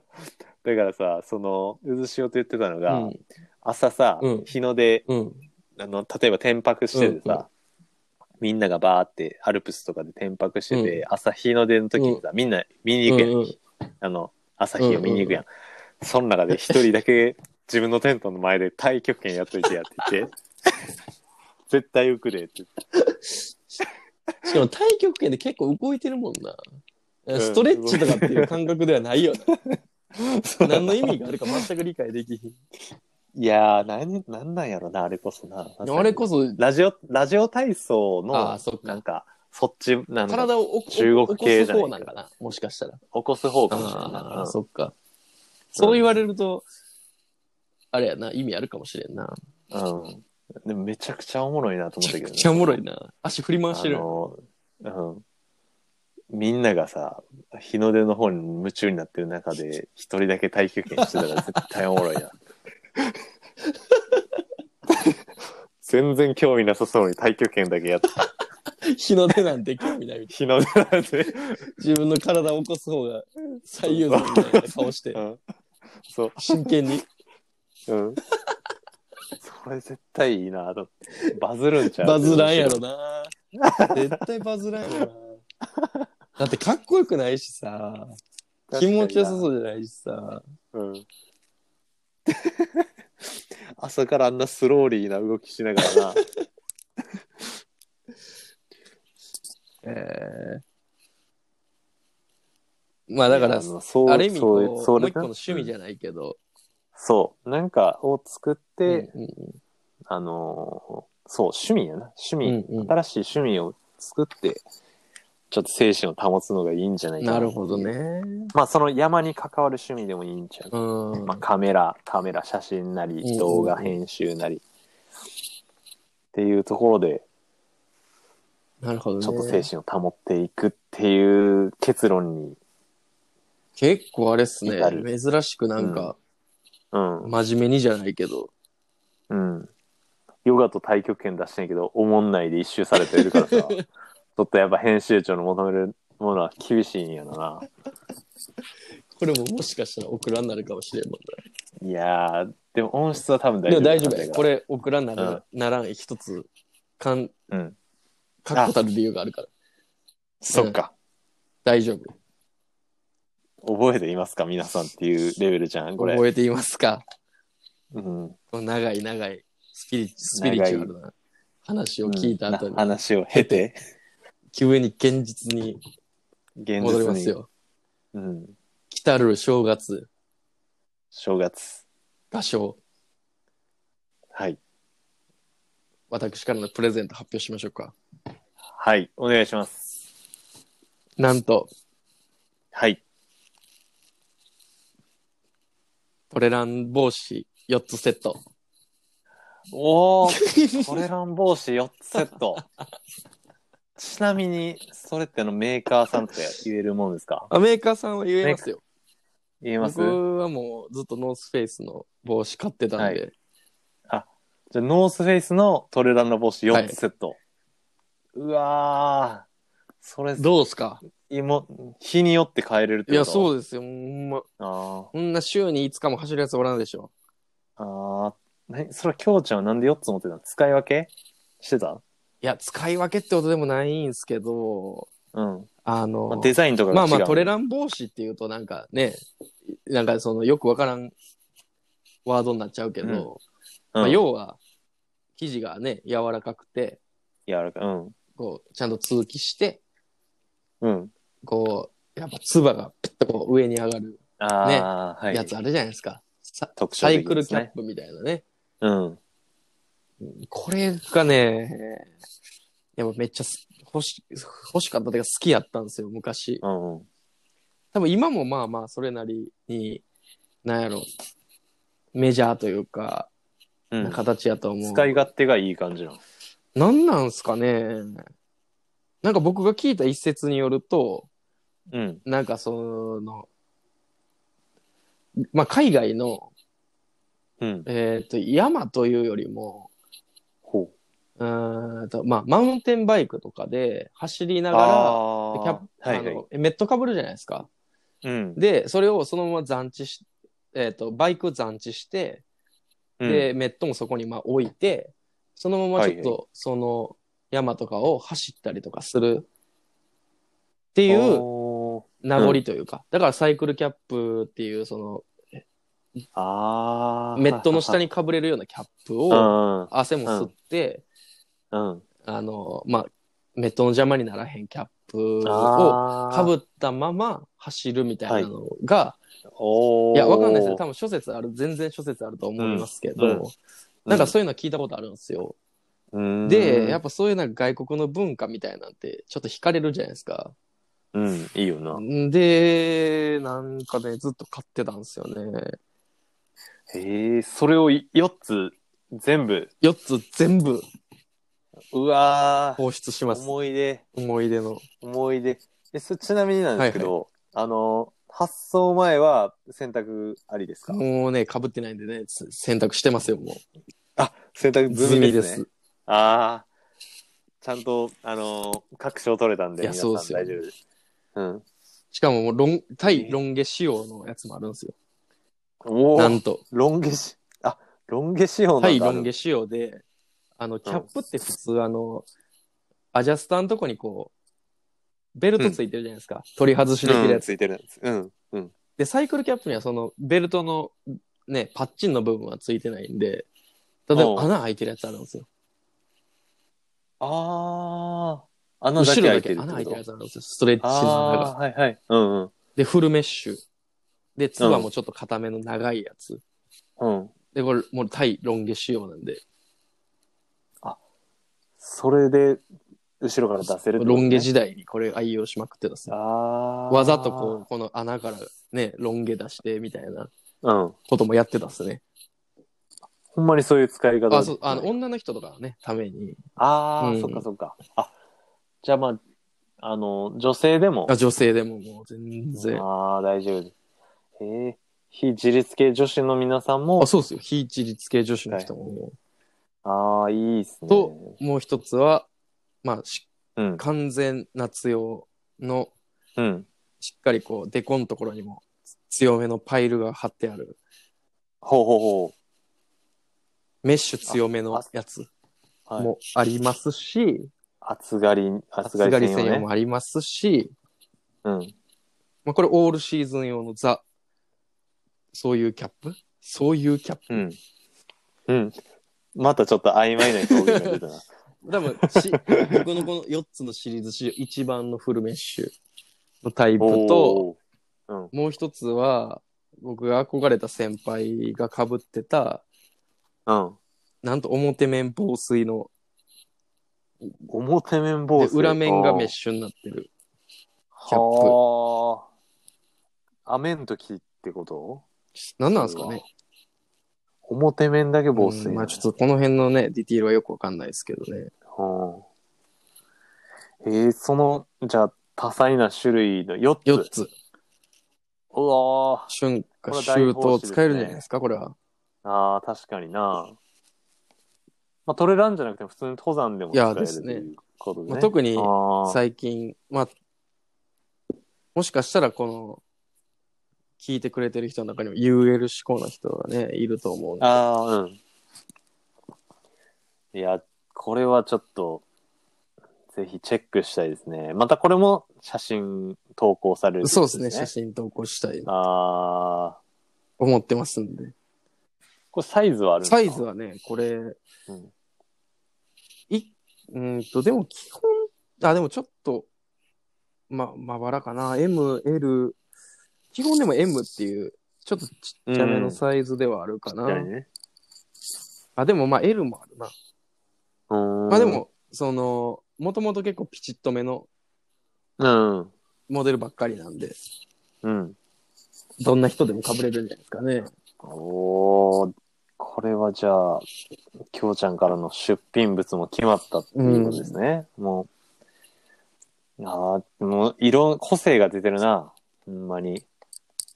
A: らさ、その、渦潮と言ってたのが、
B: うん。
A: 朝さ、
B: うん
A: 日の出、
B: うん。
A: あの、例えば転泊しててさ、
B: うんうん
A: みんながバーってアルプスとかで転泊してて、
B: う
A: 朝日の出の時にさ、みんな見に行くやん。
B: うんうん
A: あの、朝日を見に行くやん。その中で一人だけ自分のテントの前で太極拳やっといてやって言って、 絶対浮くでって言って。
B: しかも太極拳で結構動いてるもんな。
A: ん
B: ストレッチとかっていう感覚ではないよな。何の意味があるか全く理解できひん。
A: いやー、なん、なんなんやろな、あれこそな。
B: あれこそ
A: ラジオ、ラジオ体操
B: あ
A: の
B: ーそっ、か
A: なんか、そっち、なんか、
B: 体を起こ
A: 中国系
B: 起
A: じ
B: こ
A: ゃ
B: す
A: ない
B: 方なんかなもしかしたら。
A: 起こす方かもしれない
B: あ
A: な
B: あ、。そっか。そう言われると、あれやな、意味あるかもしれんな。
A: うん。でもめちゃくちゃおもろいなと
B: め
A: 思っ
B: ち
A: た
B: ゃ
A: けど
B: く
A: ね。
B: ちゃおもろいな。足振り回してる
A: あ。の、うん。みんながさ、日の出の方に夢中になってる中で、一人だけ太極拳してたら絶対おもろいな。全然興味なさそうに太極拳だけやって、
B: 日の出なんて興味ないみたい
A: 日の出なんて、
B: な。自分の体を起こす方が最優先みたいな顔して
A: う、ん。そう、
B: 真剣に。
A: うん。それ絶対いいなと思って。バズるんちゃう
B: バズらんやろな。絶対バズらんやろ な。だってかっこよくないしさ、気持ちよさそうじゃないしさ。
A: うん。 朝からあんなスローリーな動きしながらな。
B: えーまあだから、
A: そうそう
B: ある意味こう、も
A: そう
B: 一個の
A: な
B: 趣味じゃないけど、
A: そうなんかを作って、
B: うんうん
A: あのーそう趣味やな趣味、
B: うんうん
A: 新しい趣味を作ってちょっと精神を保つのがいいんじゃないか
B: なるほどね。
A: まあその山に関わる趣味でもいいんちゃう、
B: うん。
A: まあ、カメラカメラ写真なり
B: うん
A: 動画編集なり、っていうところで
B: なるほどね。
A: ちょっと精神を保っていくっていう結論に、
B: 結構あれっすね
A: 至。る
B: 珍しくなんか、
A: うん
B: 真面目にじゃないけど。
A: うんヨガと太極拳出してんけどおもんないで一周されてる からさちょっとやっぱ編集長の求めるものは厳しいんやろな
B: これももしかしたらオクラになるかもしれんもん
A: い
B: ね。
A: やーでも音質は多分大
B: で
A: 丈夫
B: も大丈夫やね。こ
A: れ
B: れオクラになら,、ならん一つ、かん、
A: うん
B: 確固たる理由があるから。
A: そっか、
B: 大丈夫。
A: 覚えていますか皆さんっていうレベルじゃんこれ、
B: 覚えていますか
A: うん、
B: 長い長いスピリスピリチュアルな話を聞いた後
A: うん
B: に
A: な、話を経て
B: 急に現実に
A: 現
B: 戻り
A: 実
B: ま
A: に
B: すよ。
A: うん、
B: 来たる正月、
A: 正月
B: 合唱、
A: はい
B: 私からのプレゼント発表しましょうか。
A: はいお願いします
B: なんと、
A: はい
B: トレラン帽子4つセット。
A: おおトレラン帽子4つセットちなみにそれってのメーカーさんって言えるもんですか
B: あメーカーさんは言えますよ。
A: 言えます
B: 僕はもうずっとノースフェイスの帽子買ってたんで、
A: じゃあノースフェイスのトレランの帽子4つセット、うわーそれ
B: どうすか
A: いも日によって変えれるってこと
B: いや、そううですよ。ほんま、
A: あー
B: こんな週に5日も走るやつおらんでしょ。
A: あーなにそれはきょうちゃんはなんで4つ持ってたの使い分けしてた
B: いや、使い分けってことでもないんすけど、
A: うん、
B: あの、
A: まあ、デザインとか
B: ま
A: が違
B: あ
A: う
B: まあトレラン帽子っていうとなんかねなんかそのよくわからんワードになっちゃうけど、
A: うん
B: まあ、
A: うん
B: 要は生地がね柔らかくて
A: 柔らかいうん
B: こうちゃんと通気して
A: うん
B: こうやっぱつばがピッとこう上に上がる
A: ああ、はい
B: やつあるじゃないですか、さ
A: 特徴
B: サイ
A: 的
B: ク
A: で
B: ル
A: す
B: キャッ
A: ね
B: プみたいなね
A: うん
B: これがねやっぱめっちゃす欲し欲しかったというか好きやったんですよ昔
A: うんうん
B: 多分今もまあまあそれなりになんやろメジャーというか
A: うん
B: 形やと思う。
A: 使い勝手がいい感じなの
B: 何なんすかねなんか僕が聞いた一説によると、
A: うん
B: なんかその、まあ、海外の、
A: うん
B: えっ、と、山というよりも、
A: ほ
B: うーんと、まあ、マウンテンバイクとかで走り
A: う
B: ながら、キャッ
A: あ
B: プ、
A: あはい
B: あ
A: はい
B: の、メットかぶるじゃないですか。
A: うん
B: で、それをそのまま残置し、えっ、と、バイク残置して、
A: うん
B: で、メットもそこにまあ置いて、そのままちょっ
A: はいは
B: と、その山とかを走ったりとかするっていう
A: おー
B: 名残というか、だからサイクルキャップっていう、そ
A: あ
B: の、
A: あ
B: メットの下
A: に
B: にかぶれるようなキャップ
A: う
B: を、
A: んうん
B: 汗も吸って、
A: うん
B: あの、まあ、メットの邪魔にならへんキャップを
A: あ
B: かぶったまま走るみたいなのが、
A: お
B: い、や、わかんないですね。多
A: 分
B: 分諸説ある、全然諸説あると思いますけど、
A: うんうん
B: なんかそういうのは聞いたことあるんですよ。
A: うん
B: で、やっぱそういうなんか外国の文化みたいなんて、ちょっと惹かれるじゃないですか。
A: うんいいよなん
B: で、なんかね、ずっと買ってたんですよね。
A: へえそれを4つ全部
B: 4つ全部
A: うわー
B: 放出します。
A: 思い出
B: 思い出の。
A: 思い出えそちなみになんですけど、あの発送前は選択ありですか、
B: もうね、被ってないんでね、つ選択してますよ、も
A: あ選択
B: う。
A: 済
B: 済
A: み
B: み
A: で
B: です
A: ね
B: す。
A: ああちゃんとあの確証取れたんで
B: いや
A: 皆さん
B: そう
A: 大
B: で
A: 丈
B: すよ
A: 夫ですうん
B: しかももうロン、対ロン毛仕様のやつもあるんですよ。
A: おお
B: なんと。
A: ロン毛しあロン毛仕様な
B: 対
A: ん
B: ロン毛
A: 毛
B: 仕様で、あの、キャップって普通、あの、アジャスターのとこにこう、ベルトついてるじゃないですか。取り外しできるやつ
A: ついてるやつうんうん
B: で、サイクルキャップにはそのベルトのね、パッチンの部分はついてないんで、例え
A: おう
B: ば穴開いてるやつあるんですよ。
A: ああ穴だけ
B: 後ろ
A: 開
B: だ
A: いて
B: け
A: る
B: 穴開いてるや
A: つ
B: つあるんですよ。ストレッチの穴
A: あ
B: が。
A: あーはいはいうんうん
B: で、フルメッシュ。で、ツバもちょっと固めの長いやつ。
A: うん
B: で、これ、もう対ロン毛仕様なんで。
A: それで後ろから出せるってことね
B: ロン毛時代にこれ愛用しまくってた
A: あ
B: さ。
A: あ。
B: わざとこう、この穴からね、ロン毛出してみたいな
A: う。うん。
B: こともやってたっすね。
A: ほんまにそういう使い方
B: あ、そう、あの、女の人とかのね、ために。
A: あー
B: うん
A: そっかそっか。あ、じゃあまあ、あの、女性でも。
B: あ、女性でももう全然。
A: ああ、大丈夫です。えー、非自立系女子の皆さんも
B: あ、、そうっすよ。非自立系女子の人もも
A: ああ、いいっす
B: う。
A: ね。
B: と、もう一つは、まあ、し
A: うん。
B: 完全夏用の、
A: うん。
B: しっかりこう、デコのところにも強めのパイルが貼ってある。
A: ほうほうほ
B: メッシュ強めのやつ
A: う。はい、
B: もありますし、
A: 暑がり、暑
B: 厚
A: が
B: 刈
A: り
B: り
A: 専
B: 専用
A: 用ね。
B: もありますし、
A: うん。
B: まあ、これオールシーズン用のザ、そういうキャップそういうキャップ。
A: うん。うん。またちょっと曖昧な表現が出た な。
B: 多分 し、僕のこの4つのシリーズ史上一番のフルメッシュのタイプと、
A: おー。うん。
B: もう一つは、僕が憧れた先輩が被ってた、
A: うん。
B: なんと表面防水の、
A: 表面
B: で
A: 防水。
B: 裏面がメッシュになってる。キャップ
A: はあ。雨の時ってこと
B: 何なんですかね
A: 表面だけ防水、
B: うんまあちょっとこの辺のね、ディティールはよくわかんないですけどね。
A: と。うん、えー、その、じゃあ、多彩な種類の4つ。
B: 4つ、
A: うわー
B: 春夏
A: これ
B: 秋
A: 大
B: 冬
A: 奉仕ですね
B: 使えるんじゃないですか、これは。
A: あー、確かにな。まあ、トレランじゃなくても普通に登山でも使
B: いや
A: え
B: で
A: る
B: す
A: と
B: ね
A: いうことで、ね。
B: まあ、特に
A: あー
B: 最近、まあ、もしかしたらこの、聞いてくれてる人の中にも UL 志向の人がね、いると思うんで。
A: ああ、うん。いや、これはちょっと、ぜひチェックしたいですね。またこれも写真投稿される、
B: そうですね、写。真投稿したいと
A: ああ、
B: 思ってますんで。
A: これサイズはあるんですか
B: サイズはね、これ、
A: ん
B: い、うーんと、でも基本、あ、でもちょっと、ま、まばらかな。M、L、基本でも M っていう、ちょっとちっちゃめのサイズではあるかな。
A: 確かにね。
B: あ、でもまあ L もあるな。
A: うーん
B: まあで、も、その、もともと結構ピチッとめの
A: うん。
B: モデルばっかりなんで、
A: うん。
B: どんな人でも被れるんじゃないですかね。
A: おー、これはじゃあ、きょうちゃんからの出品物も決まったっていうことですね。もう、ああ、もう、色、個性が出てるな。ほんまに。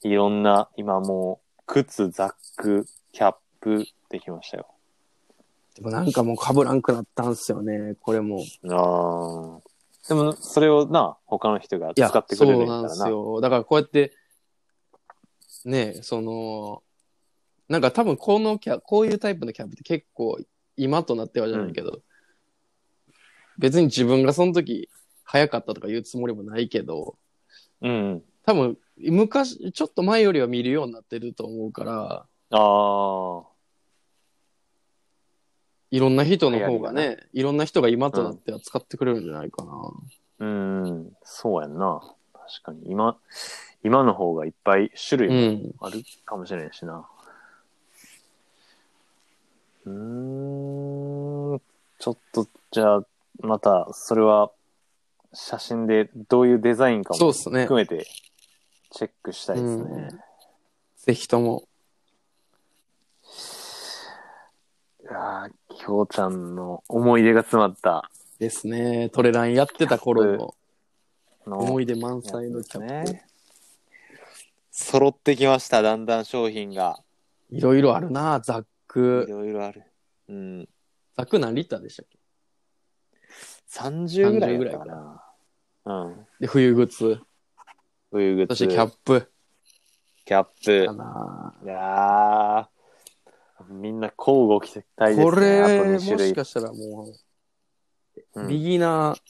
A: いろんな、今もう、靴、ザック、キャップ、できましたよ。
B: でもなんかもう被らんくなったんすよね、これも。
A: ああ。でも、それをな、他の人が
B: いや、
A: 使ってくれるんや
B: そう
A: か
B: なん
A: ら
B: です
A: な。
B: よ。だからこうやって、ねえ、その、なんか多分このキャ、こういうタイプのキャンプって結構今となってはじゃないけど、別に自分がその時早かったとか言うつもりもないけど、
A: うん。
B: 多分昔、ちょっと前よりは見るようになってると思うから、
A: ああ。
B: いろんな人の方が
A: 流
B: ね、いろんな人が今となっては使ってくれるんじゃないか
A: う
B: な。
A: ん。そうやんな。確かに。今、今の方がいっぱい種類
B: う
A: も
B: ん。
A: あるかもしれんしな。うーん、ちょっと、じゃあ、また、それは、写真でどういうデザインか
B: そう
A: も
B: っすね。
A: 含めて、チェックしたいですね。
B: うんぜひとも。
A: いやーきょうちゃんの思い出が詰まった
B: ですね。トレランやってた頃の
A: の
B: 思
A: い
B: い出満載のキャップ。。
A: 揃ってきました、だんだん商品が。
B: いろいろあるな、ザッ
A: い
B: ク。
A: ろいろある。うん。
B: ザック何リッターでしたっけ
A: 30ぐらい
B: 30ぐ
A: だ
B: らい
A: っ
B: か
A: たかな。うん。
B: で、冬靴。
A: 冬靴、
B: そしてキ
A: キ
B: ャ
A: ャ
B: ップ
A: ップ
B: か。ない
A: やー、みんな交互期待ですね。
B: こ
A: あと
B: れ、も
A: 2種類
B: し。かしたらも
A: う
B: う、
A: ん
B: ビギナー、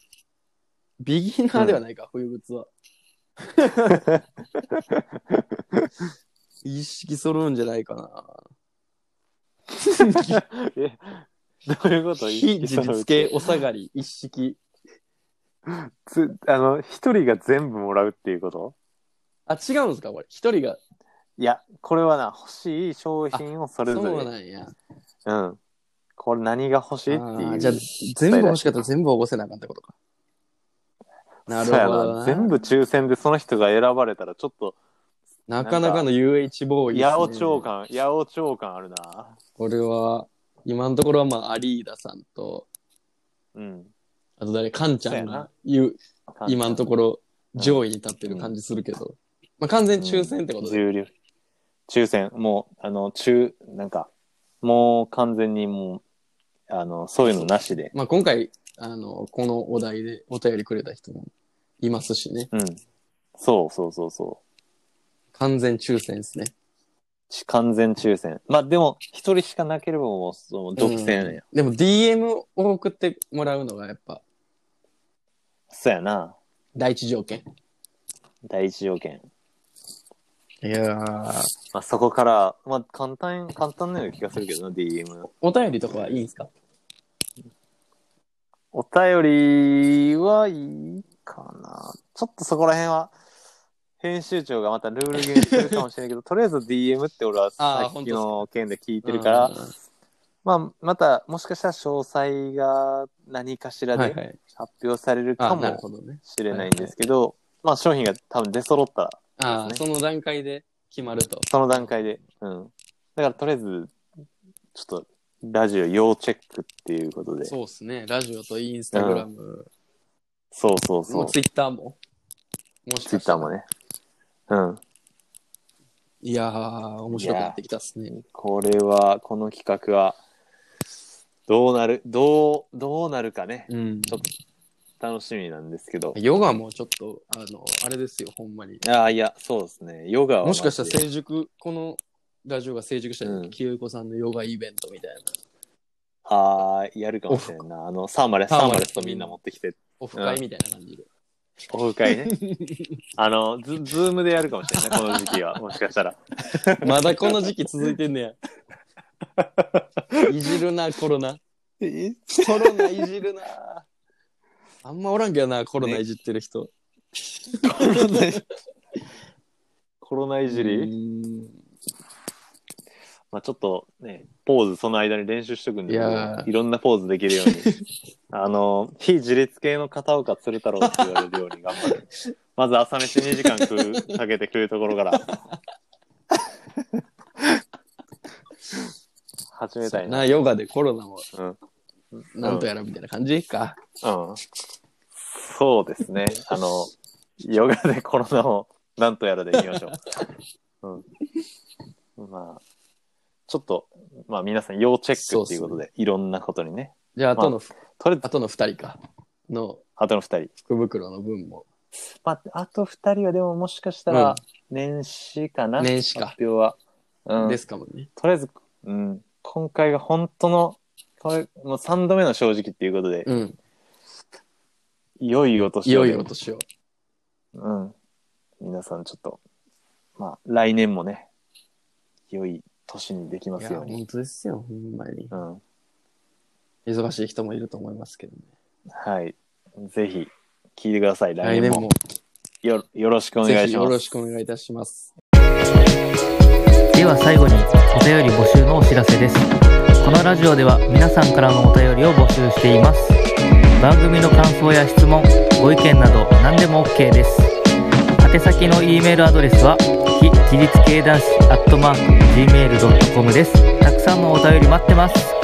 B: ビギナーではないか、冬靴は。一式揃うんじゃないかな。
A: えどういうこと
B: 非自立系お下がり一式。
A: つあの、一人が全部もらうっていうこと
B: あ、違うんですかこれ。一人が。
A: いや、これはな、欲しい商品をそれぞれ。
B: そうなんや。
A: うん。これ何が欲しいって
B: あ
A: い
B: ー
A: う。
B: じゃあ、全部欲しかったら全部起こせなあかんってことか。なる
A: そうや
B: ほ
A: な
B: どな。
A: 全部抽選でその人が選ばれたらちょっと
B: なかなかの UH ボーイですね
A: 八百長感八百長感あるな
B: これは、今のところはまあ、アリーダさんと、
A: うん
B: あと誰、カンちゃん
A: そうやな
B: が言う、今のところ上位に立ってる感じするけど、まあ完全に抽選ってことで、
A: 重量抽選もうあの中なんかもう完全にもうあのそういうのなしで
B: まあ今回、あの、このお題でお便りくれた人もいますしね、
A: うんそうそうそうそう
B: 完全抽選ですね。
A: ち完全抽選まあでも一人しかなければもうその独占やねん、
B: でも DM を送ってもらうのがやっぱ
A: そうやな
B: 第一条件。
A: 第一条件
B: いやー
A: まあそこからまあ簡単簡単なような気がするけどな DM
B: お便りとかはいいんですか
A: お便りはいいかな。ちょっとそこら辺は、編集長がまたルール決めするかもしれない けど、とりあえず DM って俺は
B: あー
A: さっきの件で聞いてるから、まあ、また、もしかしたら詳細が何かしら
B: はい
A: で
B: はい。
A: 発表される
B: あ
A: か
B: ーなるほ
A: も
B: どね。
A: しれないんですけど、まあ商品が多分出揃ったら、
B: ああ、
A: です
B: その段階で決まると。
A: その段階で、うん。だからとりあえず、ちょっと、ラジオ要チェックっていうことで。そう
B: そうっすね。ラジオとインスタグラム、
A: そう
B: も
A: そうう。
B: ツイッターも。も
A: ツ
B: し
A: イ
B: か
A: ッ
B: し
A: タ
B: たら
A: ーもね。うん。
B: いやー、面白くなってきたっすね。
A: これは、この企画は、どうなる、どう、どうなるかね、
B: うん。
A: ちょっ楽しみなんですけど。
B: ヨガもちょっと、あの、あれですよ、ほんまに。
A: ああ、いや、そうですね。ヨガは
B: もしかしたら
A: マジで
B: 成熟、このラジオが成熟した
A: うん
B: ら、清子さんのヨガイベントみたいな、
A: ああ、やるかもしれんな。あの、サーマレス、
B: サ
A: サー
B: ーマ
A: マ
B: レ
A: レ
B: ス
A: スとみんな持ってきて、
B: オフ会みたいな感じで。
A: オフ会 ね。あの、ズ、ズームでやるかもしれんね、この時期は。もしかしたら。
B: まだこの時期続いてん ねや。いじるな、コロナ。コロナいじるな。あんまおらんけどな、コロナいじってる人。
A: コロナいじり、
B: うん
A: まあちょっとね、ポーズその間に練習しとくんで、
B: いやー
A: いろんなポーズできる ように。あの、非自立系の片岡鶴太郎って言われるように頑張る。まず朝飯2時間食う、かけて食うところ から。始めたいな。
B: な、ヨガでコロナも
A: うん。うん。
B: なんとやらみたいな感じか。
A: そうですね。あの、ヨガでコロナをなんとやらでいきましょ う。うん。まあ、ちょっと、まあ皆さん要チェックっていうことで、いろんなことにね。
B: じゃあ、あとの、
A: とりあえず、
B: あとの二人か。の
A: あとの2人。
B: 福袋の分も。
A: まあ、あと2人はでももしかした
B: うん
A: ら、年始かな、
B: 年始か
A: 発表は。うん。
B: ですかもね。
A: とりあえず、うん、今回が本当の、これ、もう3度目の正直っていうことで、
B: うん。
A: 良いお年
B: い
A: を
B: よ
A: ね
B: いよ年を。
A: うん。皆さんちょっと、まあ、来年もね、良い年にできます
B: いや、
A: ように。
B: 本当ですよ、ほんまに。
A: うん。
B: 忙しい人もいると思いますけどね。
A: はい。ぜひ、聞いてください。来
B: 来
A: 年
B: 年
A: も
B: も、
A: よよろしくお願
B: ぜ
A: い
B: ひ
A: し
B: よ
A: ま
B: ろ
A: す。
B: しくお願いいたします。
D: では最後にお便り募集のお知らせですこのラジオでは皆さんからのお便りを募集しています番組の感想や質問ご意見など何でも OK です宛先の E メールアドレスは非自立系男子 gmail.com ですたくさんのお便り待ってます